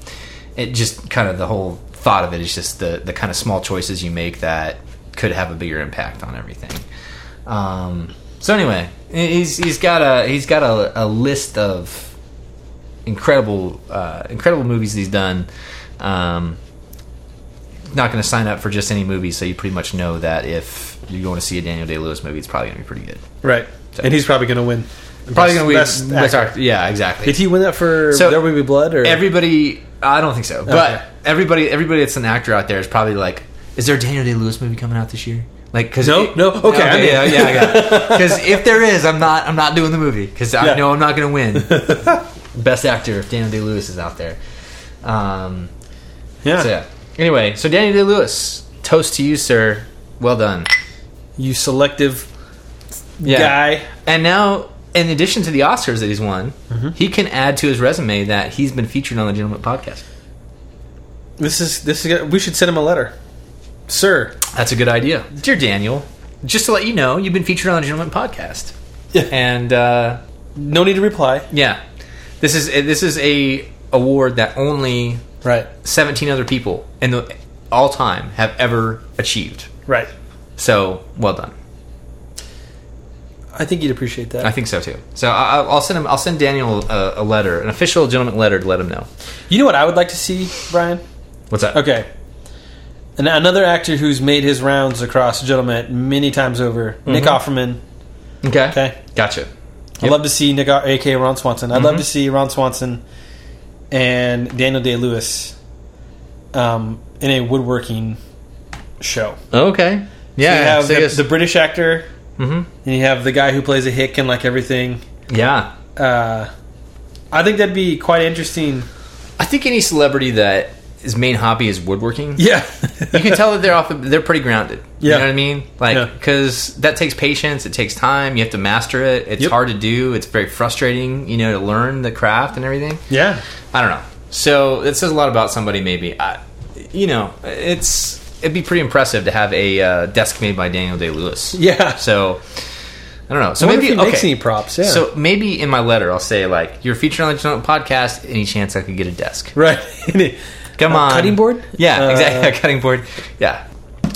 it just kind of the whole thought of it is just the the kind of small choices you make that could have a bigger impact on everything. Um, so anyway, he's he's got a he's got a, a list of incredible uh, incredible movies he's done. Um, not going to sign up for just any movie, so you pretty much know that if you're going to see a Daniel Day Lewis movie, it's probably going to be pretty good. Right. And he's probably going to win. Probably going to be Best best actor. actor. Yeah, exactly. Did he win that for So- There Will Be Blood? Or everybody, I don't think so, but Okay. everybody, everybody that's an actor out there is probably like, is there a Daniel Day Lewis movie coming out this year? Like, because No, no, okay, I'm in. yeah, yeah, yeah. Because if there is, I'm not, I'm not doing the movie because I Yeah. know I'm not going to win. Best actor, if Daniel Day Lewis is out there. Um, yeah. So yeah. Anyway, so Danny Day Lewis, toast to you, sir. Well done. you selective Yeah. guy. And now, in addition to the Oscars that he's won, Mm-hmm. he can add to his resume that he's been featured on the Gentleman Podcast. This is this is. We should send him a letter, sir. That's a good idea, dear Daniel. Just to let you know, you've been featured on the Gentleman Podcast. Yeah. And uh, No need to reply. yeah, this is this is a award that only Right. 17 other people in the all time have ever achieved. Right. So well done. I think you'd appreciate that. I think so too. So I, I- I'll send him. I'll send Daniel a, a letter, an official gentleman letter, to let him know. you know what I would like to see, Brian? What's that? Okay. And another actor who's made his rounds across gentlemen many times over, Nick Offerman. Okay. Okay. Gotcha. I'd love to see Nick, O- aka Ron Swanson. I'd love to see Ron Swanson and Daniel Day Lewis um, in a woodworking show. Okay. So Mm-hmm. you Yeah. have so yes. the, the British actor, Mhm. and you have the guy who plays a hick and like everything. yeah. Uh, I think that'd be quite interesting. I think any celebrity that his main hobby is woodworking. Yeah. you can tell that they're off. The, they're pretty grounded. Yeah. You know what I mean? Yeah. Like, because that takes patience. It takes time. You have to master it. It's Yep. hard to do. It's very frustrating. You know, to learn the craft and everything. yeah. I don't know. So it says a lot about somebody. Maybe I, you know, it's it'd be pretty impressive to have a uh, desk made by Daniel Day Lewis. Yeah. So I don't know. So I wonder maybe if he makes okay. any props, yeah. So maybe in my letter I'll say like your feature on the podcast. Any chance I could get a desk? Right. Come A on, cutting board? Yeah, Uh, exactly. A cutting board. Yeah,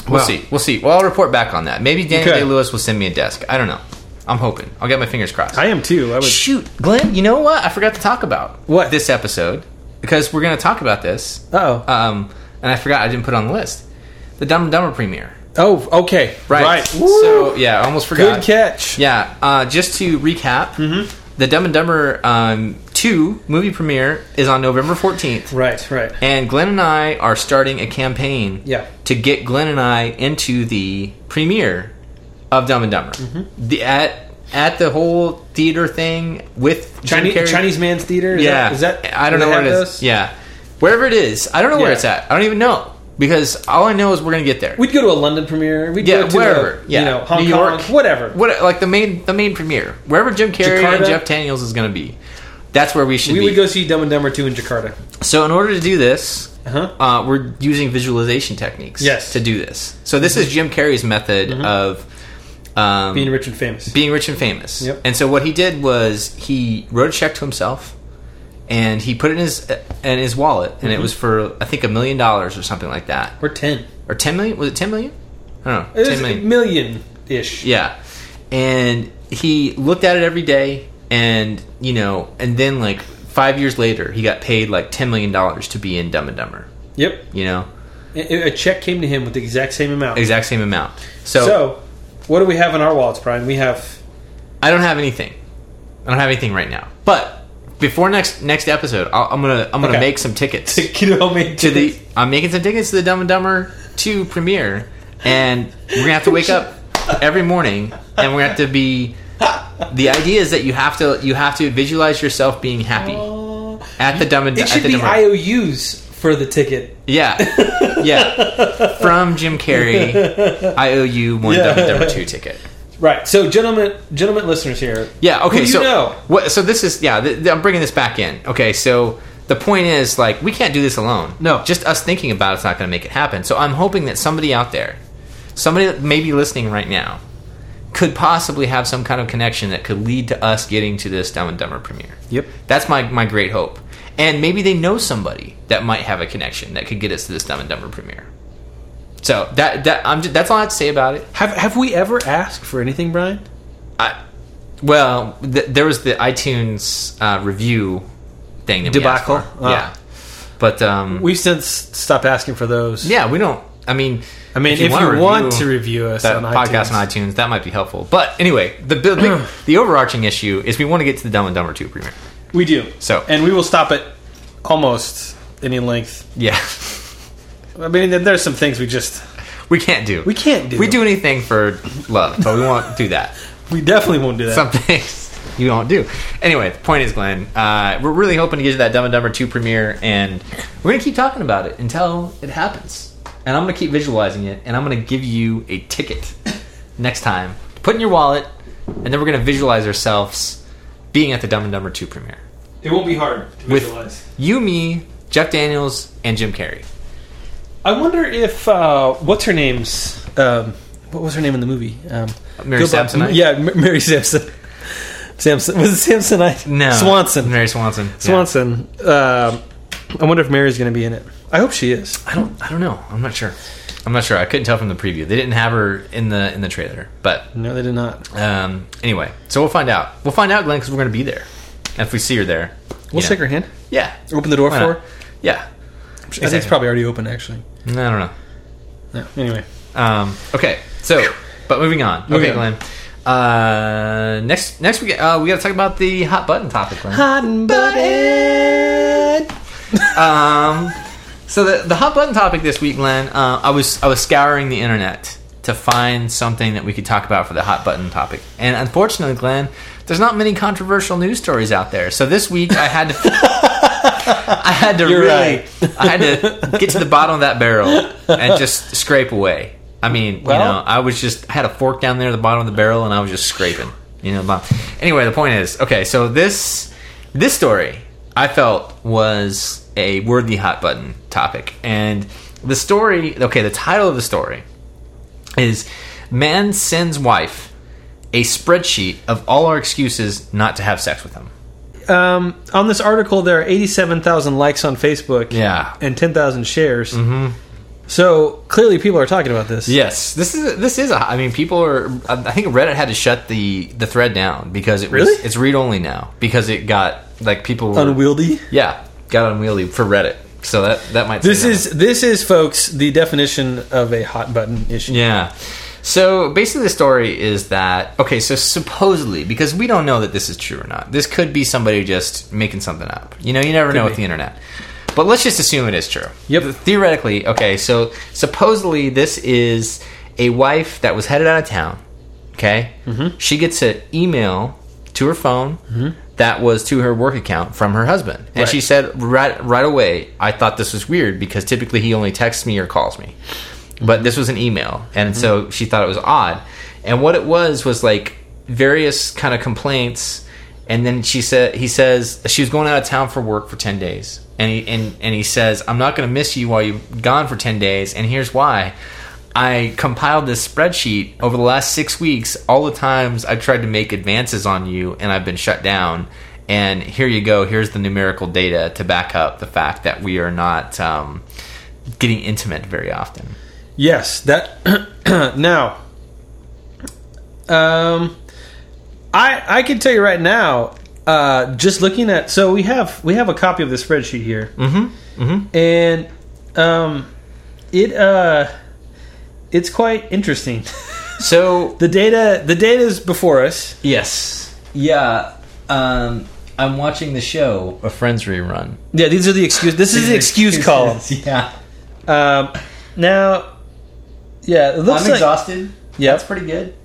we'll Wow. see. We'll see. Well, I'll report back on that. Maybe Daniel Okay. Day Lewis will send me a desk. I don't know. I'm hoping. I'll get my fingers crossed. I am too. I would. Shoot, Glenn, you know what? I forgot to talk about What? Uh. this episode because we're going to talk about this. Uh-oh. um, and I forgot I didn't put it on the list the Dumb and Dumber premiere. oh, okay. Right. Woo. So yeah, I almost Good forgot. catch. Yeah. Uh, just to recap, Mm-hmm. the Dumb and Dumber um, two movie premiere is on November fourteenth. Right, right. And Glenn and I are starting a campaign Yeah. to get Glenn and I into the premiere of Dumb and Dumber. Mm-hmm. The, at at the whole theater thing with Jim Chinese, Carrey. Chinese Man's Theater? Is Yeah. That, is that. I don't do know they where it have is. those? Yeah. Wherever it is, I don't know where Yeah. it's at. I don't even know because all I know is we're gonna get there. We'd go to a London premiere. We'd yeah, go to wherever. A, yeah, You know, Hong New Kong. York, Whatever. What like the main the main premiere wherever Jim Carrey and Jakarta? Jeff Daniels is gonna be. That's where we should we be. would go see Dumb and Dumber 2 in Jakarta. So in order to do this, Uh-huh. uh, we're using visualization techniques Yes. Mm-hmm. to do this. So this is Jim Carrey's method of um, Being rich and famous. being rich and famous. Yep. And so what he did was he wrote a check to himself, and he put it in his uh, in his wallet, and Mm-hmm. it was for I think a million dollars or something like that, or 10. or ten million. Was it ten million? I don't know. It Ten was a million. million ish. Yeah. And he looked at it every day and, you know, and then like 5 years later, he got paid like 10 million dollars to be in Dumb and Dumber, Yep. you know. A a check came to him with the exact same amount. Exact same amount. So, So, what do we have in our wallets, Brian? We have. I don't have anything. I don't have anything right now. But before next next episode, I'll, I'm going to I'm going to Okay. make some tickets to Kiddo made the I'm making some tickets to the Dumb and Dumber 2 premiere and we're going to have to wake up every morning and we're going to have to be the idea is that you have to you have to visualize yourself being happy. At the dumb and It at should the be dumb and- IOUs for the ticket. yeah, yeah. From Jim Carrey, I owe you one Yeah. dumb and dumber two ticket. Right. So, gentlemen, gentlemen, listeners here. Yeah. Okay. Who do you so know? what? So this is yeah. Th- th- I'm bringing this back in. Okay. So the point is like we can't do this alone. No. Just us thinking about it's not going to make it happen. So I'm hoping that somebody out there, somebody that may be listening right now, could possibly have some kind of connection that could lead to us getting to this Dumb and Dumber premiere. Yep. That's my my great hope. And maybe they know somebody that might have a connection that could get us to this Dumb and Dumber premiere. So that that I'm just, that's all I have to say about it. Have Have we ever asked for anything, Brian? I, well, th- there was the iTunes uh, review thing that we asked Debacle? for. Ah. Yeah, but um, We've since stopped asking for those. yeah, we don't. I mean, I mean, if you, wanna want to review us that on podcast iTunes, on iTunes, that might be helpful. But anyway, the the, big, the overarching issue is we want to get to the Dumb and Dumber two premiere. we do. So- and we will stop at almost any length. Yeah, I mean, there- there's some things we just we can't do. we can't do. We do anything for love, but we won't do that. We definitely won't do that. Some things you don't do. Anyway, the point is, Glenn, uh, we're really hoping to get to that Dumb and Dumber 2 premiere, and we're going to keep talking about it until it happens. And I'm going to keep visualizing it, and I'm going to give you a ticket next time. Put in your wallet, and then we're going to visualize ourselves being at the Dumb and Dumber 2 premiere. It won't be hard to With you, me, Jeff Daniels, and Jim Carrey. I wonder if uh, what's her name's um, what was her name in the movie? Um, Mary Go by- Samsonite? yeah, M- Mary Sampson. Samson was it Samsonite? No. Swanson. Mary Swanson. Yeah. Swanson. Um, I wonder if Mary's going to be in it. I hope she is. I don't. I don't know. I'm not sure. I'm not sure. I couldn't tell from the preview. They didn't have her in the in the trailer, but No, they did not. Um, anyway, so we'll find out. We'll find out, Glenn, because we're going to be there. And if we see her there, you We'll shake know. her hand. Yeah. Open the door Why for not? her. Yeah. Mm, I think it's probably already open, actually. I don't know. No. Anyway, Um, okay, so but moving on. Moving okay, on. Glenn. Uh, next next week uh, we got to talk about the hot button topic, Glenn. hot and butted. Um, so the, the hot button topic this week, Glenn. Uh, I was I was scouring the internet to find something that we could talk about for the hot button topic, and unfortunately, Glenn, there's not many controversial news stories out there. So this week I had to I had to You're really, I had to get to the bottom of that barrel and just scrape away. I mean, you Well- know, I was just I had a fork down there at the bottom of the barrel, and I was just scraping. You know, my, anyway, the point is, okay, so this this story I felt was a worthy hot button topic, and the story, okay, the title of the story is "Man Sends Wife." A spreadsheet of all our excuses not to have sex with him. Um, on this article, there are 87,000 likes on Facebook. Yeah. And 10,000 shares. Mm-hmm. So clearly people are talking about this. Yes, this is this is. A, I mean, people are. I think Reddit had to shut the the thread down because it was Really? it's read only now because it got like people were, Unwieldy. Yeah, got unwieldy for Reddit. So that that might. say This that. is this is folks the definition of a hot button issue. Yeah. So basically, the story is that okay. So supposedly, because we don't know that this is true or not, this could be somebody just making something up. You know, you never know with be. the internet. But let's just assume it is true. Yep. Theoretically, okay. So supposedly, this is a wife that was headed out of town. Okay. Mm-hmm. She gets an email to her phone that was to her work account from her husband, and Mm-hmm. Right. she said right right away, "I thought this was weird because typically he only texts me or calls me." but this was an email and so she thought it was odd and what it was was like various kind of complaints and then she said he says she was going out of town for work for 10 days and he and, and he says i'm not going to miss you while you're gone for 10 days and here's why i compiled this spreadsheet over the last six weeks all the times i've tried to make advances on you and i've been shut down and here you go here's the numerical data to back up the fact that we are not um, getting intimate very often Yes, that now. Um, I I can tell you right now. Uh, just looking at so we have we have a copy of the spreadsheet here, mm-hmm. Mm-hmm. and um, it uh, it's quite interesting. So the data the data is before us. yes, yeah. Um, I'm watching the show, a Friends rerun. Yeah, these are the excuse. This is the excuse column. Yeah, Um, now, yeah, it looks I'm like exhausted. Yeah. that's pretty good.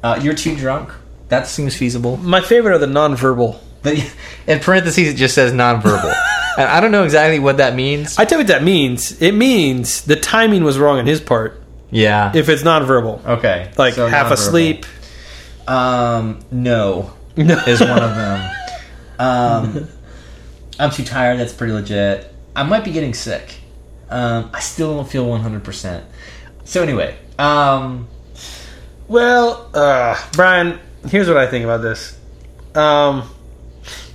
Uh, you're too drunk. That seems feasible. my favorite are the nonverbal. The- In parentheses, it just says nonverbal, and I don't know exactly what that means. I tell you what that means. It means the timing was wrong on his part. Yeah. If it's nonverbal, okay. like so half nonverbal. asleep. Um, no No. is one of them. Um, I'm too tired. That's pretty legit. I might be getting sick. Um, I still don't feel 100. percent So anyway, um, Well, uh, Brian, here's what I think about this. Um,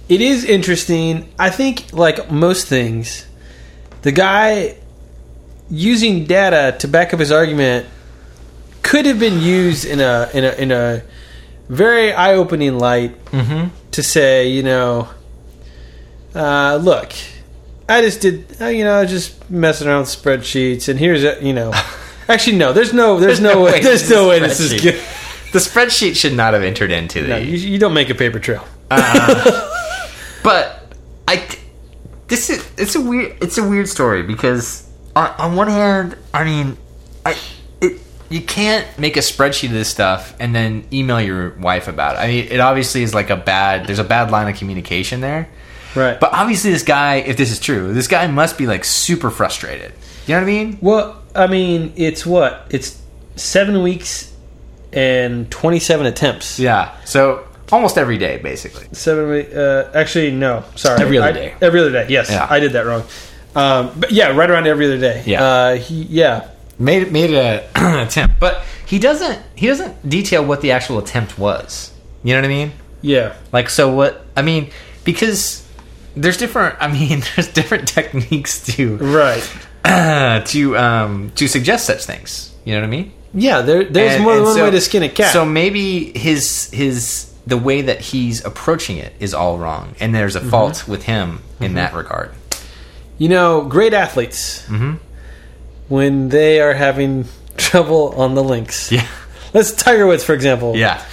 it is interesting. I think, like most things, the guy using data to back up his argument could have been used in a in a in a very eye-opening light to say, you know, uh, look, I just did, uh, you know, I was just messing around with spreadsheets, and here's, a, you know, actually, no, there's no, there's, no, way, there's no way this is spreadsheet. good. The spreadsheet should not have entered into the. No, you, you don't make a paper trail. but I, this is it's a weird it's a weird story because on, on one hand, I mean, I it, you can't make a spreadsheet of this stuff and then email your wife about it. I mean, it obviously is like a bad. There's a bad line of communication there. Right. But obviously, this guy, if this is true, this guy must be like super frustrated. You know what I mean? well, I mean, it's what? It's seven weeks and 27 attempts. Yeah. So almost every day, basically. Seven weeks. Uh, actually, no. Sorry. Every other I- day. Every other day, yes. Yeah. I did that wrong. Um, but yeah, right around every other day. Yeah. Uh, he, yeah. Made made a attempt, but he doesn't he doesn't detail what the actual attempt was. You know what I mean? Yeah. Like, so what? I mean, because there's different. I mean, there's different techniques to Right. to um to suggest such things. You know what I mean? Yeah, there, there's And- more than and one so- way to skin a cat. So maybe his his the way that he's approaching it is all wrong, and there's Mm-hmm. a fault with him in that regard. you know, great athletes, when they are having trouble on the links. Yeah, Let's Tiger Woods, for example. yeah,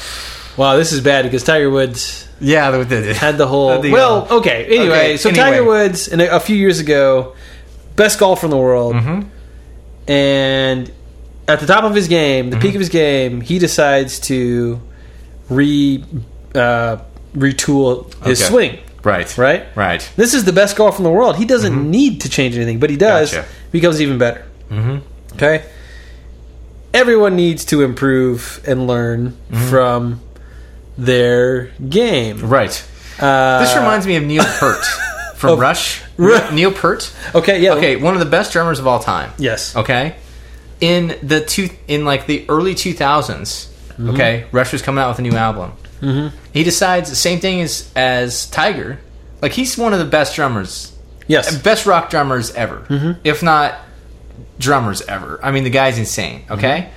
Wow, this is bad because Tiger Woods yeah. the- the- had the whole. The, uh, well, okay. Anyway, okay, so anyway. Tiger Woods, and a, a few years ago, best golfer in the world, Mm-hmm. and at the top of his game, the peak of his game, he decides to re uh, retool his Okay. swing. Right. right? Right. Mm-hmm. This is the best golf in the world. He doesn't need to change anything, but he does. Gotcha. Becomes even better. Mm-hmm. Okay. Everyone needs to improve and learn from their game. Mm-hmm. Right. Uh, This reminds me of Neil Peart from Of- Rush. Ru- Oh. Neil Peart. okay. Yeah. Okay, one of the best drummers of all time. Yes. Okay, in the two in like the early two Okay, Rush was coming out with a new album. Mm-hmm. He decides the same thing as as Tiger. Like he's one of the best drummers, Yes. best rock drummers ever, if not drummers ever. I mean, the guy's insane. Okay,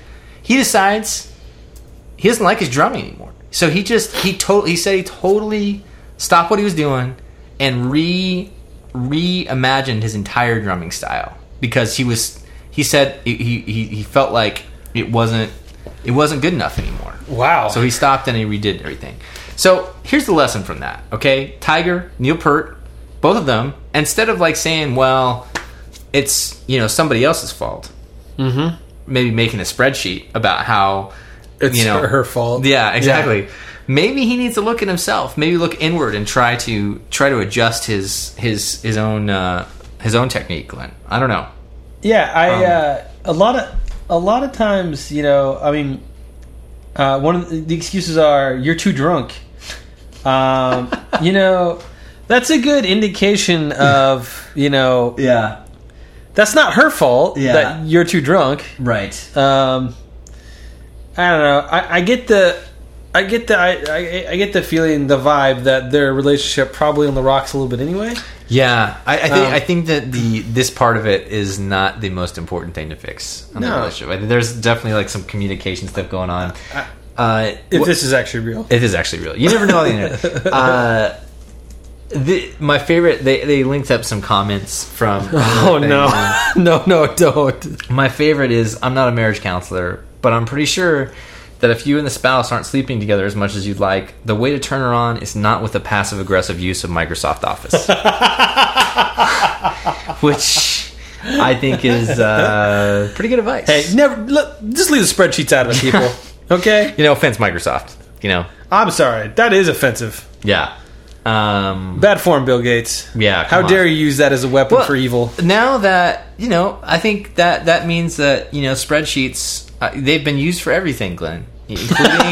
he decides he doesn't like his drumming anymore. So he just he totally he said he totally stopped what he was doing and re reimagined his entire drumming style because he was he said he he, he felt like it wasn't it wasn't good enough anymore. Wow. So he stopped and he redid everything. So here's the lesson from that. Okay, Tiger, Neil Peart, both of them. Instead of like saying, "Well, it's you know somebody else's fault," mm-hmm. maybe making a spreadsheet about how It's you know her fault. Yeah, exactly. Maybe he needs to look at himself. Maybe look inward and try to try to adjust his his his own uh, his own technique. Glenn, I don't know. Yeah, I Um, uh, a lot of a lot of times, you know, I mean, uh, one of the, the excuses are you're too drunk. Um, you know, that's a good indication of you know Yeah. that's not her fault Yeah. that you're too drunk. Right. Um, I don't know. I, I get the. I get the I, I, I get the feeling the vibe that their relationship probably on the rocks a little bit anyway. Yeah, I, I think Um, I think that the this part of it is not the most important thing to fix on the No. relationship. I think there's definitely like some communication stuff going on. Uh, If wh- this is actually real, it is actually real. You never know on the internet. Uh, the, my favorite, they, they linked up some comments from. oh no, no, no, don't. My favorite is I'm not a marriage counselor, but I'm pretty sure that if you and the spouse aren't sleeping together as much as you'd like, the way to turn her on is not with the passive aggressive use of Microsoft Office. Which I think is uh, pretty good advice. Hey, never. Look, just leave the spreadsheets out of it, people. okay, you know, offense Microsoft. You know, I'm sorry. That is offensive. yeah. Um, Bad form, Bill Gates. Yeah, How come on. dare you use that as a weapon Well, for evil? Now that you know, I think that that means that you know spreadsheets uh, they've been used for everything, Glenn, including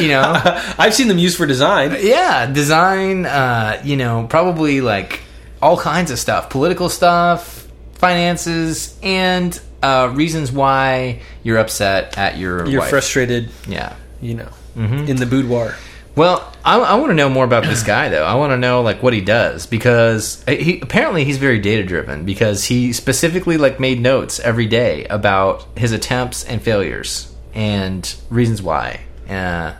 you know I've seen them used for design. Uh, yeah design uh you know probably like all kinds of stuff political stuff finances and uh reasons why you're upset at your You're wife. frustrated, yeah you know, Mm-hmm. in the boudoir. well i, I want to know more about this guy though i want to know like what he does because uh, he apparently he's very data driven because he specifically like made notes every day about his attempts and failures and reasons why uh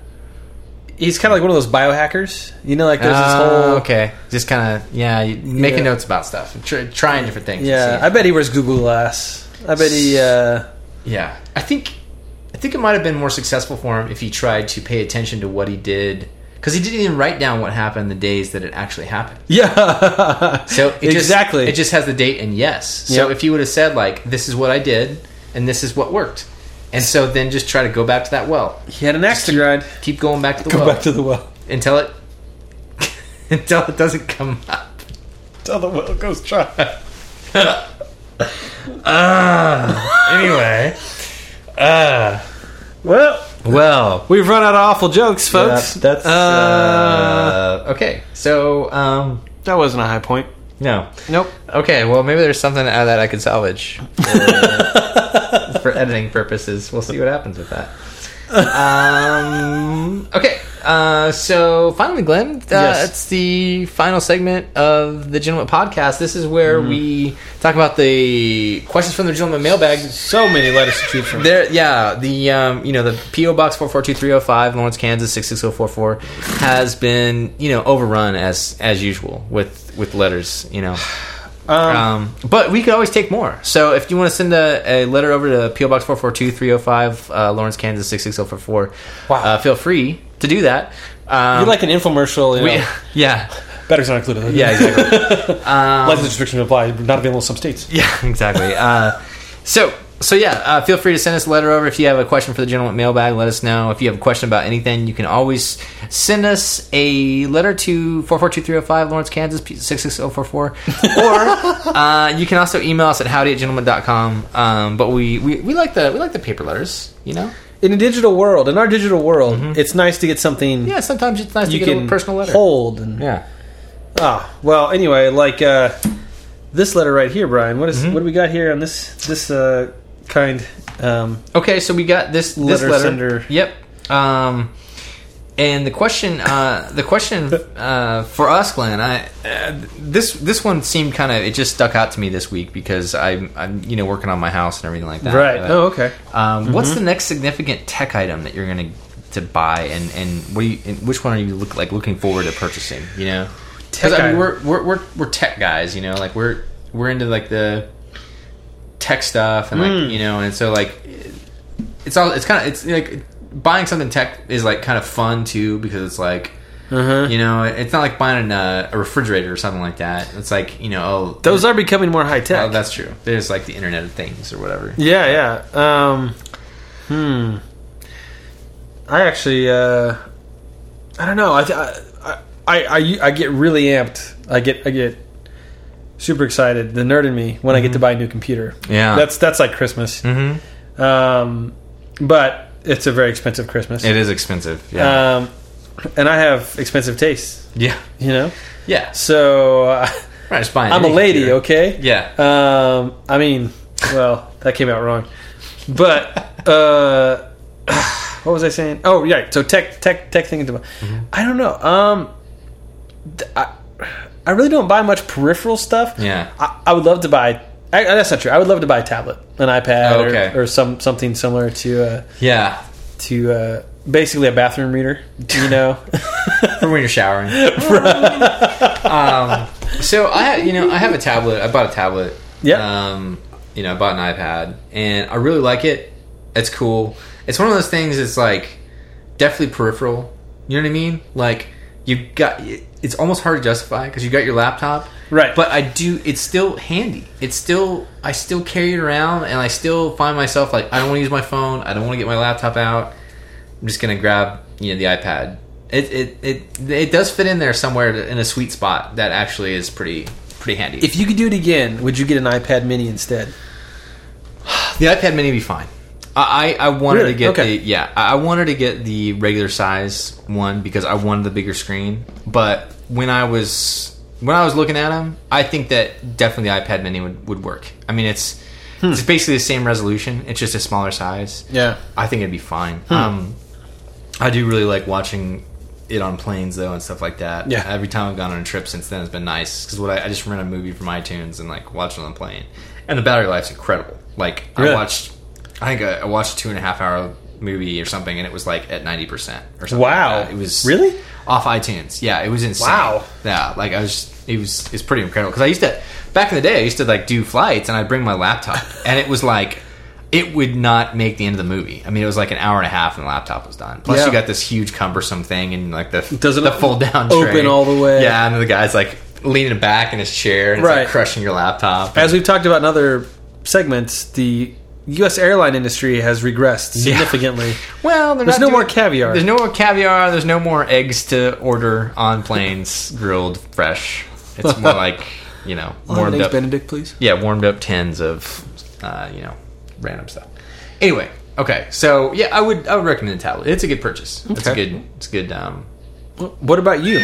He's kind of like one of those biohackers. You know, like there's this Oh, whole. okay. Just kind of yeah, you- making Yeah. notes about stuff, and tr- trying different things. and Yeah, seeing- I bet he wears Google Glass. I bet he. Uh, yeah. I think I think it might have been more successful for him if he tried to pay attention to what he did because he didn't even write down what happened the days that it actually happened. yeah. So it just- exactly. it just has the date and yes. So Yep. if he would have said like, "This is what I did," and "This is what worked," and so then just try to go back to that well, he had an axe to grind. keep going back to the Go well back to the well. until it until it doesn't come up. Tell the well goes dry. Ah, Anyway, Well, well. ah. we've run out of awful jokes, folks. that's, uh, Uh, okay, so um, that wasn't a high point. no. Nope. Okay, well maybe there's something out of that I could salvage for, for editing purposes. We'll see what happens with that. Um, okay, uh, so finally, Glenn, uh, Yes. it's the final segment of the Gentleman Podcast. This is where we talk about the questions from the Gentleman Mailbag So many letters to choose from. there, yeah, the um, you know the PO Box four four two three zero five, Lawrence, Kansas six six zero four four, has been you know overrun as as usual with with letters, you know. Um, but we could always take more. So if you want to send a, a letter over to PO Box 442 305 uh, Lawrence, Kansas 66044, Wow. uh, feel free to do that. Um, You're like an infomercial. You we- know, yeah, Batteries not included. yeah, exactly. Um, License restriction apply. Not available in some states. Yeah, exactly. Uh, so so yeah, uh, feel free to send us a letter over if you have a question for the gentleman mailbag. Let us know if you have a question about anything. You can always send us a letter to four four two three zero five Lawrence, Kansas six six zero four four, or uh, you can also email us at howdy at gentleman.com. Um, but we, we we like the we like the paper letters. You know, in a digital world, in our digital world, it's nice to get something yeah. Sometimes it's nice Mm-hmm. you to get can a personal letter. hold. And, yeah. Ah, well, anyway, like uh, this letter right here, Brian. What is- Mm-hmm. what do we got here on this this uh, kind? Um, Okay, so we got this this Letter letter. sender. Yep. Um, and the question, uh, the question uh, for us, Glenn, I uh, this this one seemed kind of it just stuck out to me this week because I'm, I'm you know working on my house and everything like that. right. But, Oh, okay. um, Mm-hmm. What's the next significant tech item that you're gonna to buy, and and what do you, and which one are you look like looking forward to purchasing? You know, because Tech I mean, item. we're, we're we're we're tech guys, you know, like we're we're into like the tech stuff and like Hmm. you know, and so like it's all it's kind of it's like buying something tech is like kind of fun too because it's like. Uh-huh. You know, it's not like buying uh, a refrigerator or something like that. It's like you know, oh, Those are becoming more high oh, tech. that's true. There's like the Internet of Things or whatever. yeah, yeah. Um, hmm. I actually, uh, I don't know. I, th- I, I, I, I get really amped. I get, I get super excited. The nerd in me when I get to buy a new computer. Mm-hmm. Yeah. that's that's like Christmas. Mm-hmm. Um, but it's a very expensive Christmas. It is expensive. Yeah. Um, and I have expensive tastes, yeah. you know. Yeah. So uh, Right, it's fine. I'm a Any lady, computer. okay? Yeah. Um, I mean, well, that came out wrong, but uh, what was I saying? Oh, yeah. So tech, tech, tech thing. Into, Mm-hmm. I don't know. Um, th- I, I really don't buy much peripheral stuff. Yeah. I, I would love to buy. I, that's not true. I would love to buy a tablet, an iPad, Oh, or- okay. or, some something similar to uh, Yeah. to uh, basically a bathroom reader. You know, From when you're showering. um, so I, ha- you know, I have a tablet. I bought a tablet. Yep. Um, you know, I bought an iPad, and I really like it. It's cool. It's one of those things. It's like definitely peripheral. You know what I mean? Like you got. It's almost hard to justify because you got your laptop, Right. But I do. It's still handy. It's still. I still carry it around, and I still find myself like I don't want to use my phone. I don't want to get my laptop out. I'm just gonna grab you know the iPad. It it it, it does fit in there somewhere in a sweet spot that actually is pretty pretty handy. if you could do it again, would you get an iPad Mini instead? The iPad Mini would be fine. I, I I wanted Really? to get Okay. the yeah I I wanted to get the regular size one because I wanted the bigger screen. But when I was when I was looking at them, I think that definitely the iPad Mini would, would work. I mean, it's it's basically the same resolution. It's just a smaller size. Hmm. Yeah. Hmm. I think it'd be fine. Um, I do really like watching it on planes though and stuff like that. Yeah. Every time I've gone on a trip since then has been nice because what I, I just rent a movie from iTunes and like watch it on the plane, and the battery life's incredible. Like Really? I watched, I think I, I watched a two and a half hour movie or something, and it was like at ninety percent or something. like Wow. that. it was Really? off iTunes. Yeah, it was insane. Wow. Yeah, like I was, it was, it's pretty incredible. Because I used to back in the day, I used to like do flights, and I'd bring my laptop, and it was like it would not make the end of the movie. I mean, it was like an hour and a half, and the laptop was done. Plus, Yeah. you got this huge cumbersome thing, and like the Doesn't the fold down open all the way. Yeah, and then the guy's like leaning back in his chair, and it's, like, Right. crushing your laptop. As we've talked about in other segments, the U.S. airline industry has regressed significantly. well, they're There's not no doing- more caviar. There's no more caviar. There's no more eggs to order on planes, grilled fresh. It's more like you know, Oh, warmed up. Benedict, please. yeah, warmed up tins of, uh, you know, random stuff. Anyway, okay, so yeah, I would I would recommend the tablet. It's a good purchase. It's a Okay. good. It's a good. Um, What about you?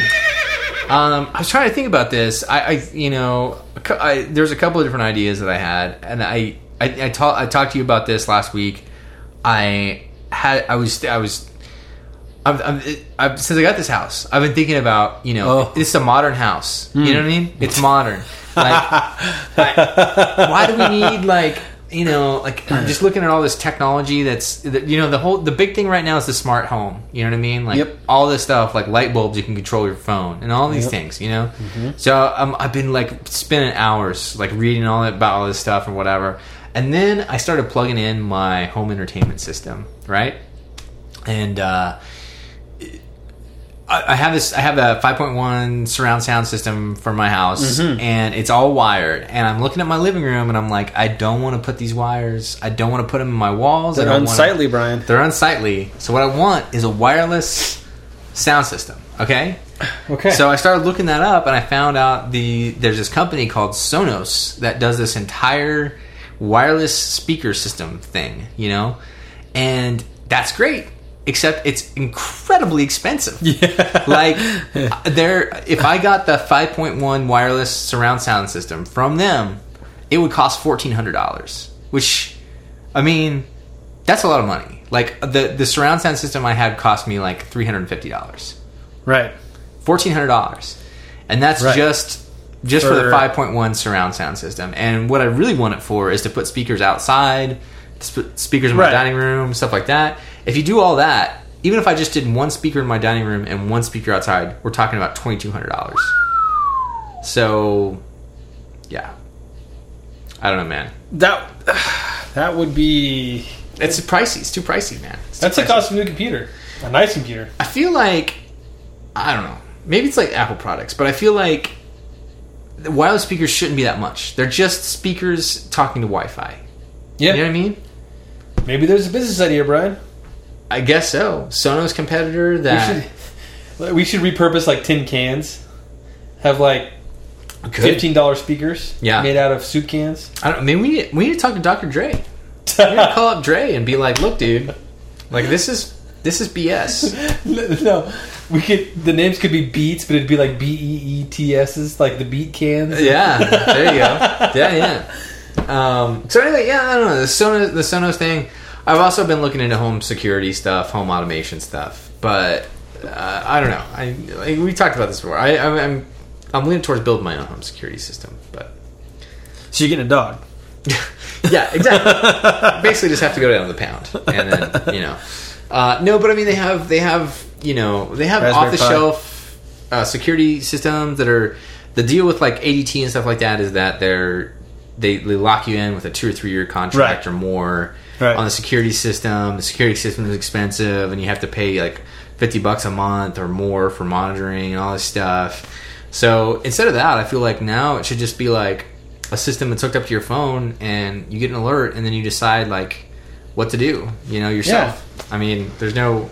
um, I was trying to think about this. I, I you know, a cou- I, there's a couple of different ideas that I had, and I I, I, ta- I talked to you about this last week. I had I was I was. I've, I've, I've, since I got this house, I've been thinking about you know Oh. it's a modern house. You know what I mean? It's modern. Like, why do we need like you know like I'm just looking at all this technology that's that- you know the whole the big thing right now is the smart home you know what i mean like Yep. all this stuff like light bulbs you can control your phone and all these things you know so um, i've been like spending hours like reading all that about all this stuff and whatever and then i started plugging in my home entertainment system right and uh I I have this. I have a 5.1 surround sound system for my house, Mm-hmm. and it's all wired. And I'm looking at my living room, and I'm like, I don't want to put these wires. I don't want to put them in my walls. I They're don't wanna- unsightly, Brian. they're unsightly. So what I want is a wireless sound system. Okay. Okay. So I started looking that up, and I found out the there's this company called Sonos that does this entire wireless speaker system thing. You know, and that's great. Except it's incredibly expensive. Yeah. Like there, if I got the 5.1 wireless surround sound system from them, it would cost fourteen hundred dollars. Which, I mean, that's a lot of money. Like the the surround sound system I had cost me like three hundred and fifty dollars, right. fourteen hundred dollars, and that's Right. just just for, the For- five point one surround sound system. And what I really want it for is to put speakers outside, sp- speakers in my Right. dining room, stuff like that. If you do all that, even if I just did one speaker in my dining room and one speaker outside, we're talking about twenty two hundred dollars. So, yeah, I don't know, man. That that would be It's pricey. It's too pricey, man. It's too that's the pricey. cost of a new computer, a nice computer. I feel like I don't know. Maybe it's like Apple products, but I feel like the wireless speakers shouldn't be that much. They're just speakers talking to Wi-Fi. Yeah. You know what I mean? Maybe there's a business idea, Brian. I guess so. Sonos competitor that We should we should repurpose like tin cans. Have like fifteen dollar speakers, Yeah. made out of soup cans. I don't. Maybe we need, we need to talk to Dr. Dre. We need to call up Dre and be like, "Look, dude, like this is this is BS." no, we could. The names could be beats, but it'd be like B E E T S's, like the beat cans. Yeah, there you go. Yeah, yeah. Um, so anyway, yeah, I don't know the Sonos the Sonos thing. I've also been looking into home security stuff, home automation stuff, but uh, I don't know. I like, we talked about this before. I, I'm, I'm I'm leaning towards building my own home security system, but So you're getting a dog. yeah, exactly. Basically, just have to go down to the pound, and then you know, uh, no. But I mean, they have they have you know they have Raspberry off the shelf uh, security systems that are the deal with like ADT and stuff like that is that they're they, they lock you in with a two or three year contract Right. or more Right. on the security system. The security system is expensive, and you have to pay like fifty bucks a month or more for monitoring and all this stuff. So instead of that, I feel like now it should just be like a system that's hooked up to your phone, and you get an alert, and then you decide like what to do, you know, yourself. I mean, there's no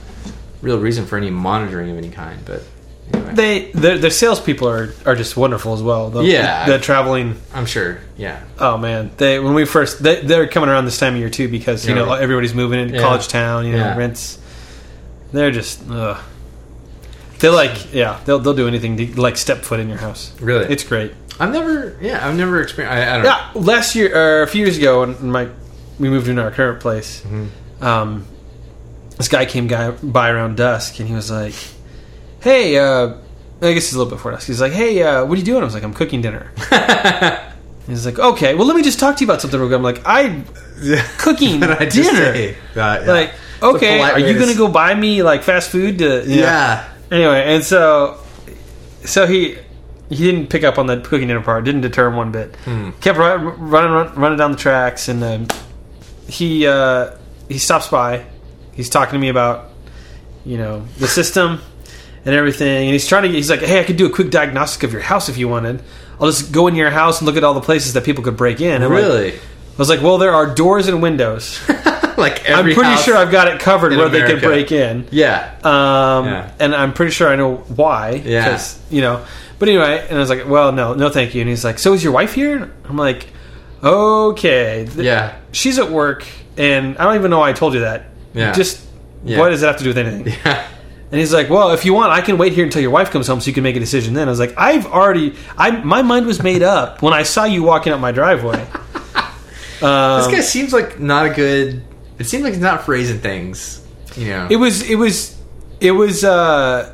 real reason for any monitoring of any kind, but anyway, They their, their salespeople are are just wonderful as well. The, Yeah. the, traveling. I'm sure, yeah, Oh man, they when we first they, they're coming around this time of year too because you Yeah. know everybody's moving into Yeah. college town. You know Yeah. rents. They're just ugh. They're like yeah they'll they'll do anything to like step foot in your house. really. It's great. I've never, yeah, I've never experienced. I, I don't know. Yeah, last year or a few years ago, when my we moved into our current place, Mm-hmm. um, this guy came guy by around dusk, and he was like, "Hey, uh, I guess it's a little bit before dusk." He's like, "Hey, uh, what are you doing?" I was like, "I'm cooking dinner." He's like, "Okay, well, let me just talk to you about something real quick." I'm like, "I cooking But I just dinner." say, uh, yeah. Like, a okay, polite are way you to going s- to go buy me like fast food to yeah. anyway, and so so he he didn't pick up on the cooking dinner part. Didn't deter him one bit. Hmm. Kept run, running run, running down the tracks, and um, he uh, he stops by. He's talking to me about you know the system and everything, and he's trying to. He's like, "Hey, I could do a quick diagnostic of your house if you wanted. I'll just go into your house and look at all the places that people could break in." I'm like- Really? I was like, "Well, there are doors and windows. like I'm every pretty house- sure I've got it covered in where they America. could break in." Yeah. Um, Yeah. and I'm pretty sure I know why. Yeah. 'cause, you know, but anyway, and I was like, well, no, no, thank you. And he's like, so is your wife here? I'm like, okay, Th- Yeah. she's at work, and I don't even know why I told you that. Yeah. just Yeah. what does it have to do with anything? Yeah. And he's like, well, if you want, I can wait here until your wife comes home so you can make a decision. Then I was like, I've already, I my mind was made up when I saw you walking up my driveway. This Um, guy seems like not a good. It seems like he's not phrasing things. You know. It was it was it was uh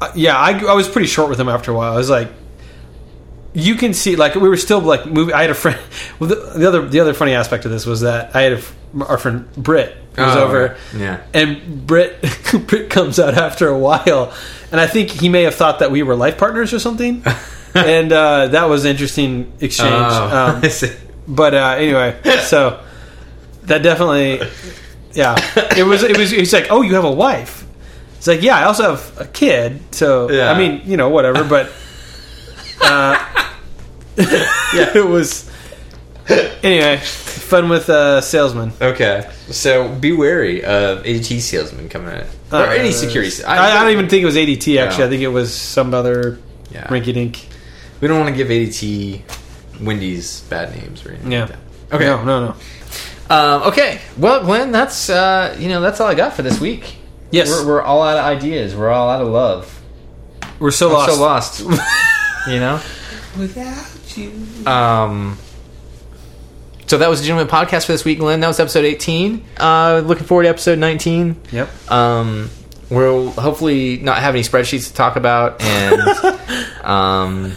uh, yeah, I I was pretty short with him after a while. I was like you can see like we were still like moving I had a friend well, the, the other the other funny aspect of this was that I had a, f- our friend Britt who was Oh, over yeah. and Britt Britt comes out after a while and I think he may have thought that we were life partners or something. and uh, that was an interesting exchange. Oh. Um, but uh, anyway, so that definitely, yeah, it was. It was. He's like, "Oh, you have a wife." It's like, yeah, I also have a kid, so Yeah. I mean, you know, whatever. But uh, yeah, it was anyway fun with uh, salesman. Okay, so be wary of ADT salesmen coming in or any Uh, security. se- I, I don't even think it was ADT. Actually, Yeah. I think it was some other Yeah. rinky dink. We don't want to give ADT Wendy's bad names or anything. Yeah. Like that. Okay. No, no, no. Um, okay. Well, Glenn, that's uh, you know that's all I got for this week. We're, Yes, we're, we're all out of ideas. We're all out of love. so We're lost. so lost. you know. Without you. Um, so that was the Gentleman Podcast for this week, Glenn. That was episode 18. Uh, looking forward to episode 19. Yep. Um, we'll hopefully not have any spreadsheets to talk about. And um,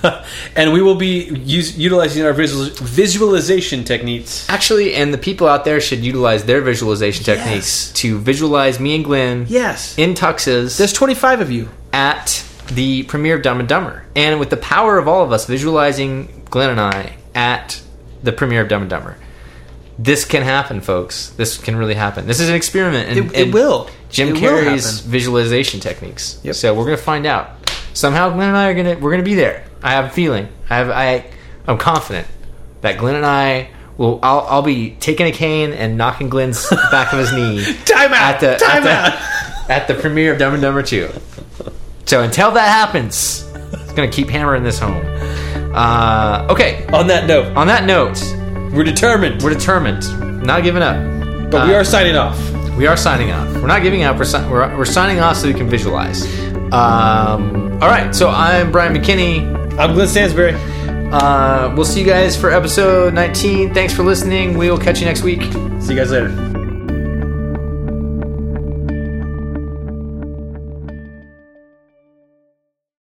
And we will be use, utilizing our visual, visualization techniques. actually, and the people out there should utilize their visualization techniques to visualize me and Glenn Yes. in tuxes. There's 25 of you. at the premiere of Dumb and Dumber. And with the power of all of us visualizing Glenn and I at the premiere of Dumb and Dumber, this can happen, folks. This can really happen. This is an experiment. And, It- it and will. Jim It will Carrey's happen. visualization techniques. Yep. So we're gonna find out. Somehow Glenn and I are gonna we're gonna be there. I have a feeling. I have I I'm confident that Glenn and I will I'll, I'll be taking a cane and knocking Glenn's back of his knee Time out. at the Time at out. the, at the premiere of Dumb and Dumber Two. So until that happens, it's gonna keep hammering this home. Uh, okay. On that note, On that note, we're determined, we're determined, not giving up. but we are signing off. We are signing off. We're not giving up. We're, si- we're, we're signing off so we can visualize. Um, all right. So I'm Brian McKinney. I'm Glenn Stansbury. Uh, we'll see you guys for episode 19. Thanks for listening. We will catch you next week. See you guys later.